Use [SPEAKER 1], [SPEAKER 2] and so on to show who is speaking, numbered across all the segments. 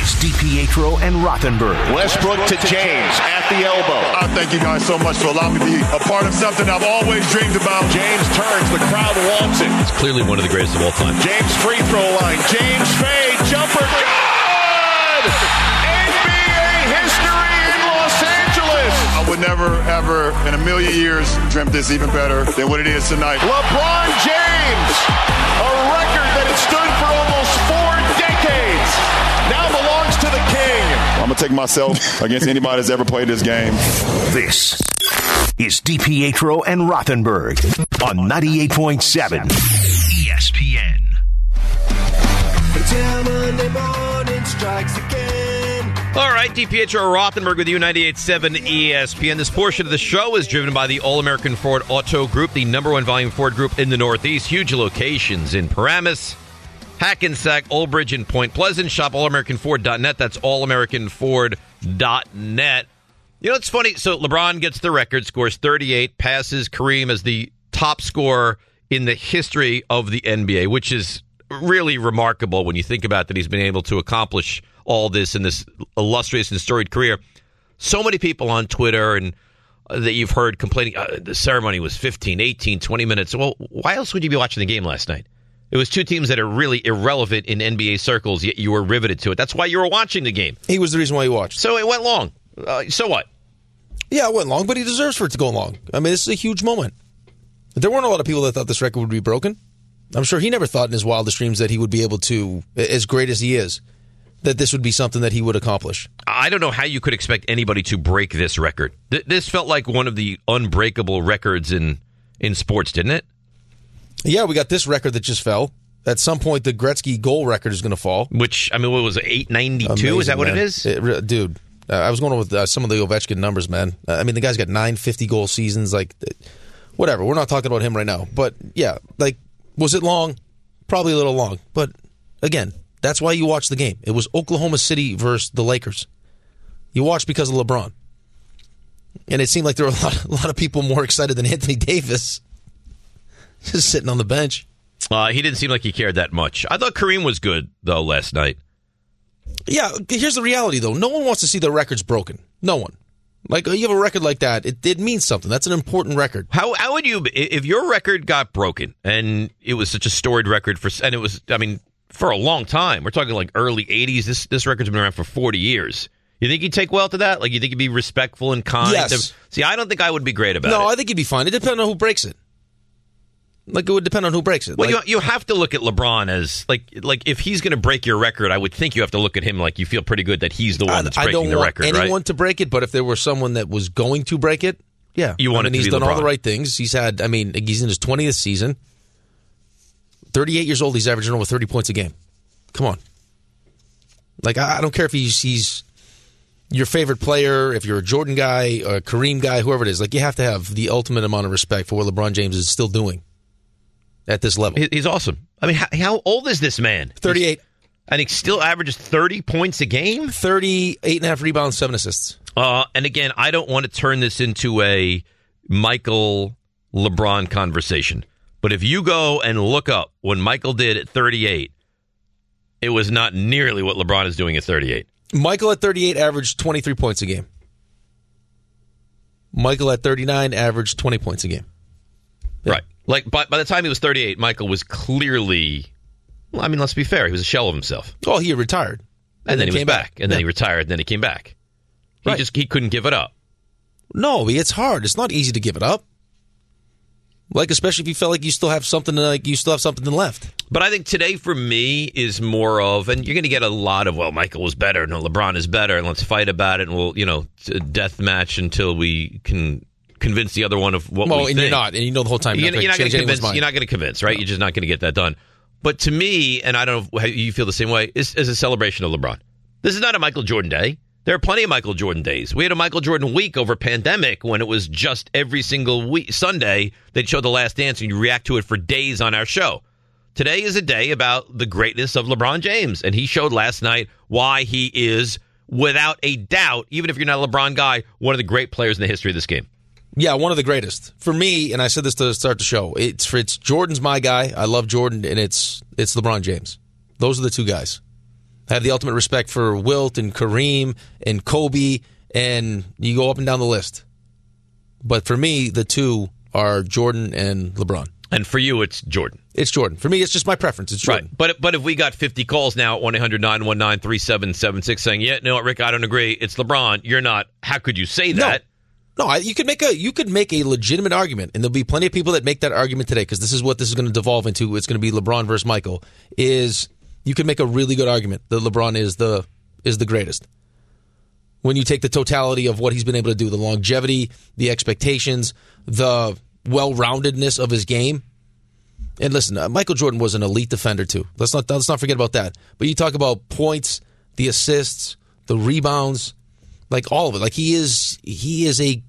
[SPEAKER 1] is DiPietro and Rothenberg.
[SPEAKER 2] Westbrook to James at the elbow.
[SPEAKER 3] I thank you guys so much for allowing me to be a part of something I've always dreamed about.
[SPEAKER 2] James turns. The crowd wants it.
[SPEAKER 4] It's clearly one of the greatest of all time.
[SPEAKER 2] James free throw line. James fade. Jumper. Good! NBA history in Los Angeles.
[SPEAKER 3] I would never, ever in a million years dreamt this even better than what it is tonight.
[SPEAKER 2] LeBron James. A record that had stood for almost four decades. Now belongs to the king.
[SPEAKER 3] I'm going to take myself against anybody that's ever played this game.
[SPEAKER 1] This is DiPietro and Rothenberg on 98.7 ESPN.
[SPEAKER 4] All right, DPHR Rothenberg with you, E 98.7 ESPN. This portion of the show is driven by the All American Ford Auto Group, the number one volume Ford group in the Northeast. Huge locations in Paramus, Hackensack, Old Bridge, and Point Pleasant. Shop allamericanford.net. That's allamericanford.net. You know, it's funny. So LeBron gets the record, scores 38, passes Kareem as the top scorer in the history of the NBA, which is really remarkable when you think about that he's been able to accomplish all this in this illustrious and storied career. So many people on Twitter and uh, that you've heard complaining uh, the ceremony was 15, 18, 20 minutes. Well, why else would you be watching the game last night? It was two teams that are really irrelevant in NBA circles, yet you were riveted to it. That's why you were watching the game.
[SPEAKER 5] He was the reason why he watched.
[SPEAKER 4] So it went long. Uh, so what?
[SPEAKER 5] Yeah, it went long, but he deserves for it to go long. I mean, this is a huge moment. There weren't a lot of people that thought this record would be broken. I'm sure he never thought in his wildest dreams that he would be able to, as great as he is, that this would be something that he would accomplish.
[SPEAKER 4] I don't know how you could expect anybody to break this record. Th- this felt like one of the unbreakable records in in sports, didn't it?
[SPEAKER 5] Yeah, we got this record that just fell. At some point, the Gretzky goal record is going to fall.
[SPEAKER 4] Which I mean, what was it, eight ninety two?
[SPEAKER 5] Amazing,
[SPEAKER 4] Is that what
[SPEAKER 5] man.
[SPEAKER 4] it is?
[SPEAKER 5] re- dude, uh, I was going with uh, some of the Ovechkin numbers, man. Uh, I mean, the guy's got nine fifty goal seasons. Like, th- whatever. We're not talking about him right now. But yeah, like, was it long? Probably a little long. But again, that's why you watch the game. It was Oklahoma City versus the Lakers. You watched because of LeBron, and it seemed like there were a lot, a lot of people more excited than Anthony Davis, just sitting on the bench.
[SPEAKER 4] Uh, he didn't seem like he cared that much. I thought Kareem was good though last night.
[SPEAKER 5] Yeah, here's the reality though. No one wants to see their records broken. No one. Like you have a record like that, it, it means something. That's an important record.
[SPEAKER 4] How how would you if your record got broken and it was such a storied record for and it was I mean for a long time we're talking like early eighties this this record's been around for forty years. You think you'd take well to that? Like you think you'd be respectful and kind?
[SPEAKER 5] Yes.
[SPEAKER 4] See, I don't think I would be great about it.
[SPEAKER 5] No, I think you'd be fine. It depends on who breaks it. Like it would depend on who breaks it.
[SPEAKER 4] Well,
[SPEAKER 5] Like,
[SPEAKER 4] you, you have to look at LeBron as like like if he's going to break your record, I would think you have to look at him like you feel pretty good that he's the one that's
[SPEAKER 5] I, I
[SPEAKER 4] breaking
[SPEAKER 5] don't
[SPEAKER 4] the
[SPEAKER 5] want
[SPEAKER 4] record,
[SPEAKER 5] anyone
[SPEAKER 4] right?
[SPEAKER 5] to break it, but if there were someone that was going to break it, yeah,
[SPEAKER 4] You want it
[SPEAKER 5] I mean,
[SPEAKER 4] to
[SPEAKER 5] he's
[SPEAKER 4] be
[SPEAKER 5] done all the
[SPEAKER 4] LeBron.
[SPEAKER 5] right things. He's had. I mean, he's in his twentieth season. Thirty-eight years old. He's averaging over thirty points a game. Come on. Like I, I don't care if he's he's your favorite player, if you're a Jordan guy, a Kareem guy, whoever it is. Like you have to have the ultimate amount of respect for what LeBron James is still doing at this level.
[SPEAKER 4] He- He's awesome. I mean, how, how old is this man?
[SPEAKER 5] 38,
[SPEAKER 4] and he still averages thirty points a game.
[SPEAKER 5] 38 and a half rebounds, seven assists.
[SPEAKER 4] Uh, and again, I don't want to turn this into a Michael LeBron conversation. But if you go and look up when Michael did at 38, it was not nearly what LeBron is doing at 38.
[SPEAKER 5] Michael at 38 averaged 23 points a game. Michael at 39 averaged 20 points a game.
[SPEAKER 4] Right. Like by, by the time he was 38, Michael was clearly, well, I mean, let's be fair, he was a shell of himself.
[SPEAKER 5] Oh, he retired.
[SPEAKER 4] And, then he was
[SPEAKER 5] came
[SPEAKER 4] back. And then he
[SPEAKER 5] Yeah.
[SPEAKER 4] retired, and then he came back. He
[SPEAKER 5] Right.
[SPEAKER 4] just he couldn't give it up.
[SPEAKER 5] No, it's hard. It's not easy to give it up. Like especially if you felt like you still have something like you still have something left.
[SPEAKER 4] But I think today for me is more of, and you're going to get a lot of, well, Michael was better, no, LeBron is better, and let's fight about it, and we'll, you know, t- death match until we can convince the other one of what
[SPEAKER 5] Well,
[SPEAKER 4] we
[SPEAKER 5] and
[SPEAKER 4] think.
[SPEAKER 5] you're not, and you know the whole time
[SPEAKER 4] You're,
[SPEAKER 5] you're,
[SPEAKER 4] you're not
[SPEAKER 5] not
[SPEAKER 4] going
[SPEAKER 5] going
[SPEAKER 4] to
[SPEAKER 5] anyone's
[SPEAKER 4] convince.
[SPEAKER 5] mind.
[SPEAKER 4] You're not going to convince, right? You're just not going to get that done. But to me, and I don't know if how you feel the same way, is, is a celebration of LeBron. This is not a Michael Jordan day. There are plenty of Michael Jordan days. We had a Michael Jordan week over pandemic when it was just every single week Sunday they'd show the last dance and you react to it for days on our show. Today is a day about the greatness of LeBron James, and he showed last night why he is, without a doubt, even if you're not a LeBron guy, one of the great players in the history of this game.
[SPEAKER 5] Yeah, one of the greatest for me. And I said this to start the show. It's it's Jordan's my guy. I love Jordan, and it's it's LeBron James. Those are the two guys. I have the ultimate respect for Wilt and Kareem and Kobe, and you go up and down the list. But for me, the two are Jordan and LeBron.
[SPEAKER 4] And for you, it's Jordan.
[SPEAKER 5] It's Jordan. For me, it's just my preference. It's Jordan.
[SPEAKER 4] Right. But but if we got 50 calls now at 1 800 919 3776 saying, yeah, no, Rick, I don't agree. It's LeBron. You're not. How could you say that?
[SPEAKER 5] No, I, you could make a you could make a legitimate argument, and there'll be plenty of people that make that argument today because this is what this is going to devolve into. It's going to be LeBron versus Michael. Is you could make a really good argument that LeBron is the is the greatest when you take the totality of what he's been able to do, the longevity, the expectations, the well-roundedness of his game. And listen, uh, Michael Jordan was an elite defender too. Let's not let's not forget about that. But you talk about points, the assists, the rebounds, like all of it. Like he is he is a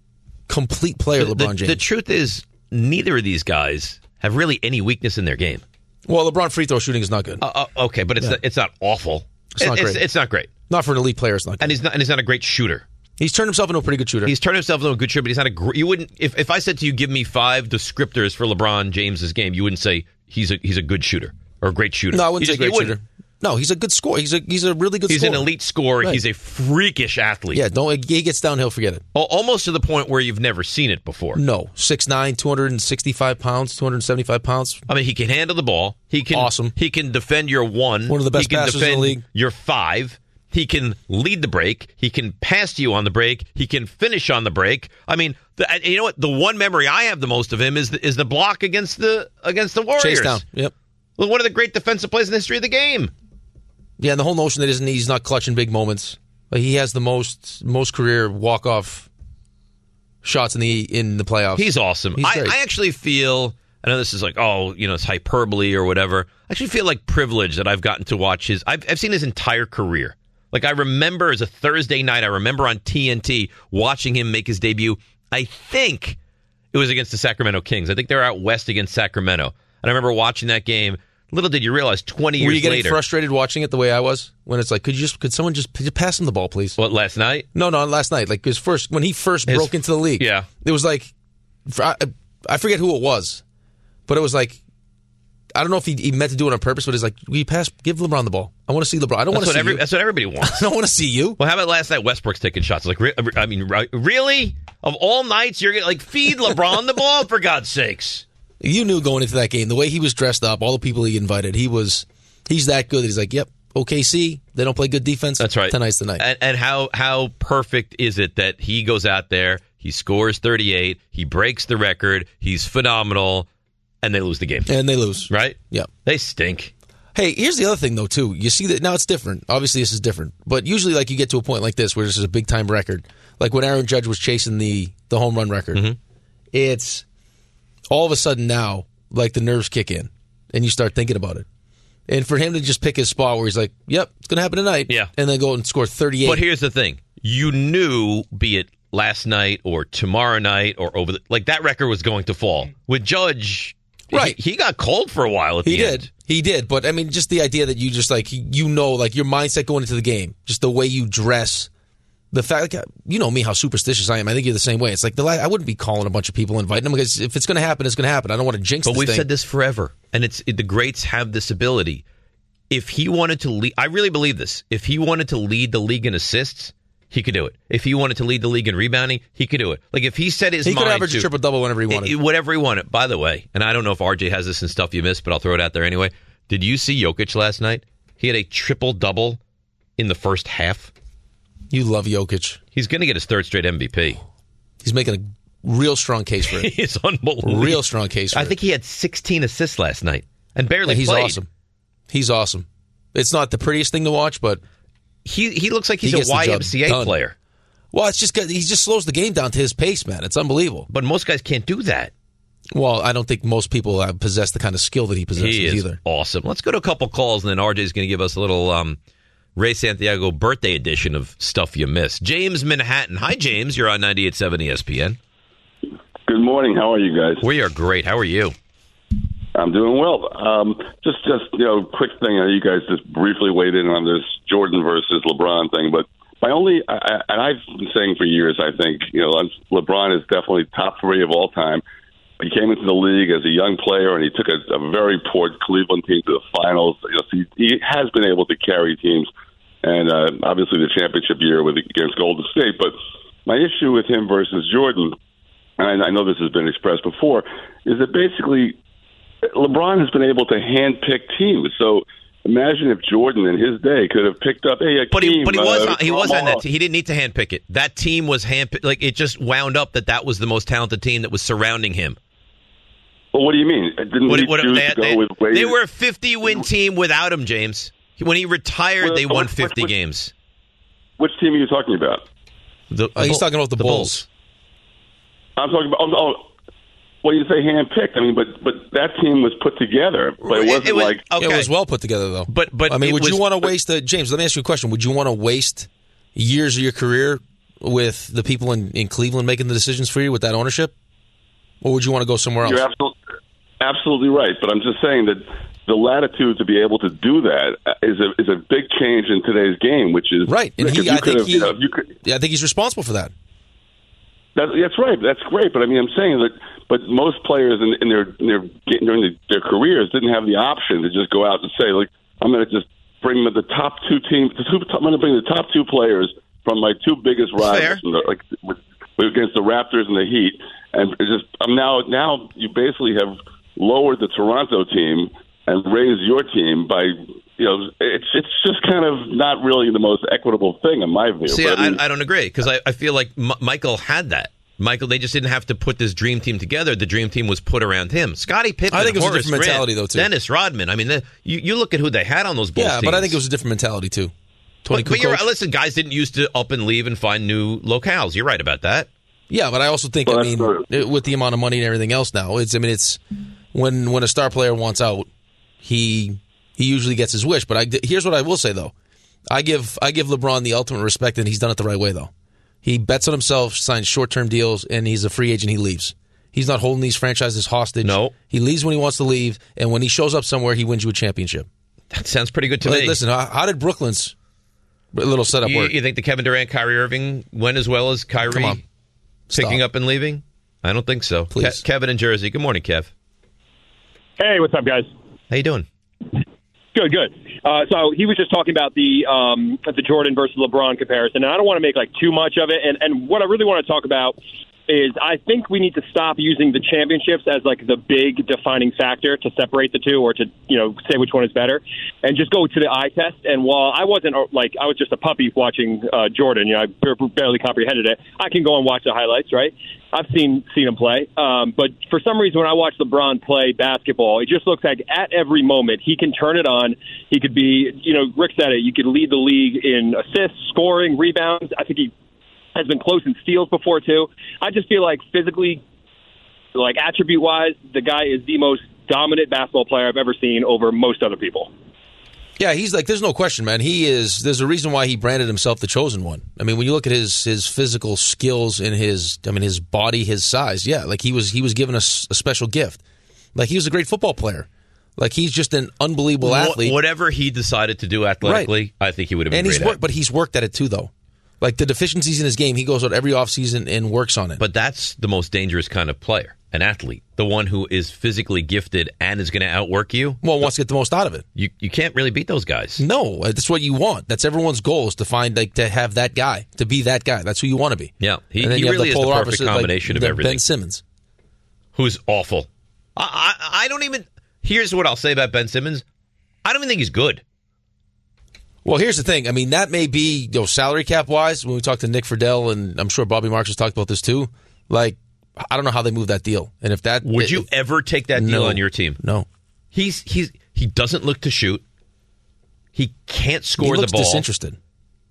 [SPEAKER 5] complete player,
[SPEAKER 4] the,
[SPEAKER 5] LeBron James.
[SPEAKER 4] the truth is, neither of these guys have really any weakness in their game.
[SPEAKER 5] well, LeBron free throw shooting is not good.
[SPEAKER 4] Uh, uh, okay, but it's not, it's not awful. It's
[SPEAKER 5] not
[SPEAKER 4] it's,
[SPEAKER 5] great.
[SPEAKER 4] It's not great,
[SPEAKER 5] not for an elite player, it's not good.
[SPEAKER 4] and he's not and he's not a great shooter.
[SPEAKER 5] he's turned himself into a pretty good shooter.
[SPEAKER 4] He's turned himself into a good shooter, but he's not a. Gr- you wouldn't if if I said to you, give me five descriptors for LeBron James's game, you wouldn't say he's a he's a good shooter or a great shooter.
[SPEAKER 5] no, I wouldn't
[SPEAKER 4] You
[SPEAKER 5] say
[SPEAKER 4] just- you
[SPEAKER 5] great shooter. No, he's a good scorer. He's a he's a really good
[SPEAKER 4] He's
[SPEAKER 5] scorer.
[SPEAKER 4] an elite scorer.
[SPEAKER 5] Right.
[SPEAKER 4] He's a freakish athlete.
[SPEAKER 5] Yeah, don't he gets downhill, forget it.
[SPEAKER 4] Al- almost to the point where you've never seen it before.
[SPEAKER 5] No, 6'9", 265 pounds, 275 pounds.
[SPEAKER 4] I mean, he can handle the ball. He can
[SPEAKER 5] Awesome.
[SPEAKER 4] He can defend your one.
[SPEAKER 5] One of the best
[SPEAKER 4] he can
[SPEAKER 5] passers in the
[SPEAKER 4] defend
[SPEAKER 5] league.
[SPEAKER 4] Your five. He can lead the break. He can pass to you on the break. He can finish on the break. I mean, the, and you know what? The one memory I have the most of him is the, is the block against the against the Warriors.
[SPEAKER 5] Chase down. Yep.
[SPEAKER 4] One of the great defensive plays in the history of the game.
[SPEAKER 5] Yeah, and the whole notion that isn't he's not clutching big moments. Like he has the most most career walk off shots in the in the playoffs.
[SPEAKER 4] He's awesome.
[SPEAKER 5] He's
[SPEAKER 4] I,
[SPEAKER 5] great.
[SPEAKER 4] I actually feel. I know this is like, oh, you know, it's hyperbole or whatever. I actually feel like privileged that I've gotten to watch his. I've, I've seen his entire career. Like I remember as a Thursday night, I remember on TNT watching him make his debut. I think it was against the Sacramento Kings. I think they're out west against Sacramento, and I remember watching that game. Little did you realize, twenty
[SPEAKER 5] Were
[SPEAKER 4] years
[SPEAKER 5] you getting
[SPEAKER 4] later,
[SPEAKER 5] frustrated watching it the way I was when it's like, could you just could someone just, just pass him the ball, please?
[SPEAKER 4] what last night?
[SPEAKER 5] No, no, last night, like his first when he first broke into the league.
[SPEAKER 4] yeah.
[SPEAKER 5] it was like fr- I, I forget who it was, but it was like I don't know if he, he meant to do it on purpose, but it's like we pass, give LeBron the ball. I want to see LeBron. I don't want
[SPEAKER 4] That's what
[SPEAKER 5] to see.
[SPEAKER 4] every,
[SPEAKER 5] you.
[SPEAKER 4] that's what everybody wants.
[SPEAKER 5] I don't want to see you.
[SPEAKER 4] Well, how about last night? Westbrook's taking shots. Like, re- uh, I mean, re- really? Of all nights, you're gonna like feed LeBron the ball for God's sakes.
[SPEAKER 5] You knew going into that game the way he was dressed up, all the people he invited. He was he's that good. He's like, yep, OKC. They don't play good defense. Tonight's the night.
[SPEAKER 4] And, and how how perfect is it that he goes out there, he scores 38, he breaks the record, he's phenomenal, and they lose the game.
[SPEAKER 5] and they lose.
[SPEAKER 4] Right?
[SPEAKER 5] Yep.
[SPEAKER 4] They stink.
[SPEAKER 5] Hey, here's the other thing though too. You see that now it's different. Obviously, this is different. But usually, like you get to a point like this where this is a big time record, like when Aaron Judge was chasing the the home run record.
[SPEAKER 4] Mm-hmm.
[SPEAKER 5] It's all of a sudden now, like the nerves kick in, and you start thinking about it. And for him to just pick his spot where he's like, "Yep, it's gonna happen tonight,"
[SPEAKER 4] Yeah.
[SPEAKER 5] and then go and score thirty eight.
[SPEAKER 4] But here's the thing: you knew, be it last night or tomorrow night or over, the, like that record was going to fall with Judge. he-
[SPEAKER 5] Right.
[SPEAKER 4] He, got cold for a while at
[SPEAKER 5] He
[SPEAKER 4] the
[SPEAKER 5] did.
[SPEAKER 4] end.
[SPEAKER 5] He did. But I mean, just the idea that you just like you know, like your mindset going into the game, just the way you dress, the fact like, you know me how superstitious I am. I think you're the same way. It's like the la- I wouldn't be calling a bunch of people inviting them because if it's going to happen, it's going to happen. I don't want to jinx.
[SPEAKER 4] But
[SPEAKER 5] this
[SPEAKER 4] we've
[SPEAKER 5] thing.
[SPEAKER 4] said this forever, and it's it, the greats have this ability. If he wanted to lead, I really believe this. If he wanted to lead the league in assists, he could do it. If he wanted to lead the league in rebounding, he could do it. Like if he set his
[SPEAKER 5] he
[SPEAKER 4] mind
[SPEAKER 5] could average
[SPEAKER 4] to
[SPEAKER 5] a triple double whenever he
[SPEAKER 4] it-
[SPEAKER 5] wanted.
[SPEAKER 4] it- whatever he wanted. By the way, and I don't know if RJ has this and stuff you missed, but I'll throw it out there anyway. Did you see Jokic last night? He had a triple double in the first half.
[SPEAKER 5] you love Jokic.
[SPEAKER 4] He's going to get his third straight MVP.
[SPEAKER 5] He's making a real strong case for it.
[SPEAKER 4] It's unbelievable.
[SPEAKER 5] real strong case. For
[SPEAKER 4] I
[SPEAKER 5] it.
[SPEAKER 4] think he had 16 assists last night and barely.
[SPEAKER 5] he's
[SPEAKER 4] played.
[SPEAKER 5] awesome. He's awesome. It's not the prettiest thing to watch, but
[SPEAKER 4] He he looks like he's
[SPEAKER 5] He
[SPEAKER 4] a
[SPEAKER 5] gets the job
[SPEAKER 4] YMCA
[SPEAKER 5] done.
[SPEAKER 4] player,
[SPEAKER 5] well, it's just 'cause he just slows the game down to his pace, man. It's unbelievable.
[SPEAKER 4] but most guys can't do that.
[SPEAKER 5] Well, I don't think most people uh, possess the kind of skill that he possesses
[SPEAKER 4] He is
[SPEAKER 5] either.
[SPEAKER 4] awesome. Let's go to a couple calls, and then RJ's going to give us a little um, Ray Santiago birthday edition of Stuff You Miss. James Manhattan. Hi, James. You're on 98.7 ESPN.
[SPEAKER 6] Good morning. How are you guys?
[SPEAKER 4] We are great. How are you?
[SPEAKER 6] I'm doing well. Um, just, just you know, quick thing. uh, You guys just briefly weighed in on this Jordan versus LeBron thing, but my only, I, I, and I've been saying for years, I think you know, LeBron is definitely top three of all time. He came into the league as a young player, and he took a, a very poor Cleveland team to the finals. You know, so he, he has been able to carry teams, and uh, obviously the championship year with against Golden State. But my issue with him versus Jordan, and I know this has been expressed before, is that basically LeBron has been able to handpick teams. So imagine if Jordan in his day could have picked up. Hey, Akeem,
[SPEAKER 4] But he, but he was
[SPEAKER 6] uh,
[SPEAKER 4] on, he was on that.
[SPEAKER 6] Lamar.
[SPEAKER 4] Team. He didn't need to handpick it. That team was handpicked. Like it just wound up that that was the most talented team that was surrounding him.
[SPEAKER 6] Well, what do you mean? Didn't
[SPEAKER 4] What-
[SPEAKER 6] he
[SPEAKER 4] what-
[SPEAKER 6] choose
[SPEAKER 4] they,
[SPEAKER 6] to go
[SPEAKER 4] they-
[SPEAKER 6] with Wade?
[SPEAKER 4] they were a 50 win team without him, James. When he retired,
[SPEAKER 6] Well,
[SPEAKER 4] they
[SPEAKER 6] what-
[SPEAKER 4] won
[SPEAKER 6] what-
[SPEAKER 4] 50
[SPEAKER 6] what-
[SPEAKER 4] games.
[SPEAKER 6] Which team are you talking about?
[SPEAKER 4] The,
[SPEAKER 5] Oh, he's
[SPEAKER 4] Bull-
[SPEAKER 5] talking about the, Bulls.
[SPEAKER 6] I'm talking about. Oh, oh, well, you say handpicked. I mean, but but that team was put together. But it
[SPEAKER 4] It- it
[SPEAKER 6] wasn't
[SPEAKER 4] was-
[SPEAKER 6] like
[SPEAKER 4] okay.
[SPEAKER 5] It was well put together, though.
[SPEAKER 4] But- but
[SPEAKER 5] I mean,
[SPEAKER 4] it
[SPEAKER 5] would you
[SPEAKER 4] was-
[SPEAKER 5] want to waste the James? Let me ask you a question. Would you want to waste years of your career with the people in, in Cleveland making the decisions for you with that ownership, or would you want to go somewhere else?
[SPEAKER 6] You're absolutely, absolutely right. But I'm just saying that the latitude to be able to do that uh, is a is a big change in today's game, which is
[SPEAKER 5] Right, and
[SPEAKER 6] Rick,
[SPEAKER 5] he-
[SPEAKER 6] if you
[SPEAKER 5] I
[SPEAKER 6] could
[SPEAKER 5] think
[SPEAKER 6] have, you
[SPEAKER 5] he-
[SPEAKER 6] know, if you could,
[SPEAKER 5] yeah, I think he's responsible for that.
[SPEAKER 6] that, that's right. That's great. But I mean, I'm saying that. But most players in, in their in their during the, their careers didn't have the option to just go out and say, like, I'm going to just bring the top two teams. The two, I'm going to bring the top two players from my two biggest rivals,
[SPEAKER 4] Fair.
[SPEAKER 6] from the, like with, with- against the Raptors and the Heat, and it just I'm now now you basically have lowered the Toronto team and raised your team by. You know, it's it's just kind of not really the most equitable thing in my view.
[SPEAKER 4] See,
[SPEAKER 6] But
[SPEAKER 4] I,
[SPEAKER 6] mean-
[SPEAKER 4] I don't agree because I, I feel like M- Michael had that. Michael, they just didn't have to put this dream team together. The dream team was put around him. Scottie Pippen,
[SPEAKER 5] I think it was a
[SPEAKER 4] Horace
[SPEAKER 5] different
[SPEAKER 4] Grant,
[SPEAKER 5] mentality, though, too.
[SPEAKER 4] Dennis Rodman. I mean, the, you, you look at who they had on those Bulls.
[SPEAKER 5] Yeah, but I
[SPEAKER 4] teams.
[SPEAKER 5] think it was a different mentality too. Tony
[SPEAKER 4] But, but you're
[SPEAKER 5] Kukoc.
[SPEAKER 4] right. Listen, guys didn't used to up and leave and find new locales. You're right about that.
[SPEAKER 5] Yeah, but I also think
[SPEAKER 6] Well,
[SPEAKER 5] I
[SPEAKER 6] that's
[SPEAKER 5] mean
[SPEAKER 6] true.
[SPEAKER 5] it- with the amount of money and everything else now, it's I mean it's when when a star player wants out, he he usually gets his wish. But I here's what I will say though, I give I give LeBron the ultimate respect, and he's done it the right way though. He bets on himself, signs short term deals, and he's a free agent. He leaves. He's not holding these franchises hostage.
[SPEAKER 4] No.
[SPEAKER 5] he leaves when he wants to leave, and when he shows up somewhere, he wins you a championship.
[SPEAKER 4] That sounds pretty good to
[SPEAKER 5] Like,
[SPEAKER 4] me.
[SPEAKER 5] listen, how, how did Brooklyn's little setup
[SPEAKER 4] you,
[SPEAKER 5] work?
[SPEAKER 4] you think the Kevin Durant, Kyrie Irving went as well as Kyrie
[SPEAKER 5] Come on.
[SPEAKER 4] picking
[SPEAKER 5] Stop.
[SPEAKER 4] up and leaving? I don't think so. Ke-
[SPEAKER 5] Please.
[SPEAKER 4] Kevin in Jersey. Good morning, Kev.
[SPEAKER 7] Hey, what's up, guys?
[SPEAKER 4] How you doing?
[SPEAKER 7] Good, good. Uh, so he was just talking about the um, the Jordan versus LeBron comparison, and I don't want to make like too much of it. And and what I really want to talk about is I think we need to stop using the championships as like the big defining factor to separate the two or to you know say which one is better, and just go to the eye test. And while I wasn't uh, like I was just a puppy watching uh, Jordan, you know I b- barely comprehended it. I can go and watch the highlights, right? I've seen seen him play, um, but for some reason, when I watch LeBron play basketball, it just looks like at every moment he can turn it on. He could be, you know, Rick said it. You could lead the league in assists, scoring, rebounds. I think he has been close in steals before too. I just feel like physically, like attribute wise, the guy is the most dominant basketball player I've ever seen over most other people.
[SPEAKER 5] Yeah, he's like, there's no question, man. He is. There's a reason why he branded himself the chosen one. I mean, when you look at his his physical skills and his, I mean, his body, his size. Yeah, like he was he was given a, s- a special gift. Like he was a great football player. Like he's just an unbelievable
[SPEAKER 4] Wha-
[SPEAKER 5] athlete.
[SPEAKER 4] whatever he decided to do athletically, I think he would have been
[SPEAKER 5] and he's
[SPEAKER 4] great at.
[SPEAKER 5] worked, but he's worked at it too, though. Like the deficiencies in his game, he goes out every offseason and works on it.
[SPEAKER 4] But that's the most dangerous kind of player, an athlete, the one who is physically gifted and is going to outwork you.
[SPEAKER 5] well, wants to get the most out of it.
[SPEAKER 4] You you can't really beat those guys.
[SPEAKER 5] No, that's what you want. That's everyone's goal is to find like to have that guy, to be that guy. That's who you want to be.
[SPEAKER 4] Yeah, he-
[SPEAKER 5] and then
[SPEAKER 4] he
[SPEAKER 5] you have
[SPEAKER 4] really is the
[SPEAKER 5] polar
[SPEAKER 4] perfect
[SPEAKER 5] like
[SPEAKER 4] combination of
[SPEAKER 5] the
[SPEAKER 4] everything.
[SPEAKER 5] Ben Simmons.
[SPEAKER 4] Who's awful? I, I I don't even. Here's what I'll say about Ben Simmons. I don't even think he's good.
[SPEAKER 5] Well, here's the thing. I mean, that may be you know, salary cap wise. When we talked to Nick Friedel, and I'm sure Bobby Marks has talked about this too. Like, I don't know how they move that deal, and if that
[SPEAKER 4] Would
[SPEAKER 5] if-
[SPEAKER 4] you ever take that deal
[SPEAKER 5] No.
[SPEAKER 4] on your team?
[SPEAKER 5] no
[SPEAKER 4] He's he's he doesn't look to shoot. He can't
[SPEAKER 5] he
[SPEAKER 4] score
[SPEAKER 5] looks
[SPEAKER 4] the ball.
[SPEAKER 5] disinterested.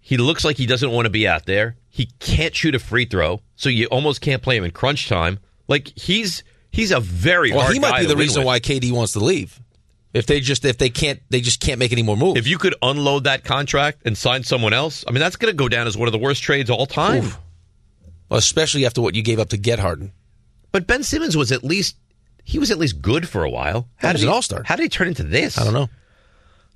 [SPEAKER 4] He looks like he doesn't want to be out there. He can't shoot a free throw, so you almost can't play him in crunch time. Like he's he's a very
[SPEAKER 5] Well,
[SPEAKER 4] hard
[SPEAKER 5] he might
[SPEAKER 4] guy
[SPEAKER 5] be
[SPEAKER 4] to
[SPEAKER 5] the
[SPEAKER 4] win
[SPEAKER 5] reason
[SPEAKER 4] with.
[SPEAKER 5] why KD wants to leave If they just if they can't they just can't make any more moves.
[SPEAKER 4] If you could unload that contract and sign someone else, I mean, that's going to go down as one of the worst trades all time.
[SPEAKER 5] Oof. Especially after what you gave up to get Harden.
[SPEAKER 4] But Ben Simmons was at least he was at least good for a while.
[SPEAKER 5] He was
[SPEAKER 4] did
[SPEAKER 5] an
[SPEAKER 4] he-
[SPEAKER 5] all-star.
[SPEAKER 4] How did he turn into this?
[SPEAKER 5] I don't know.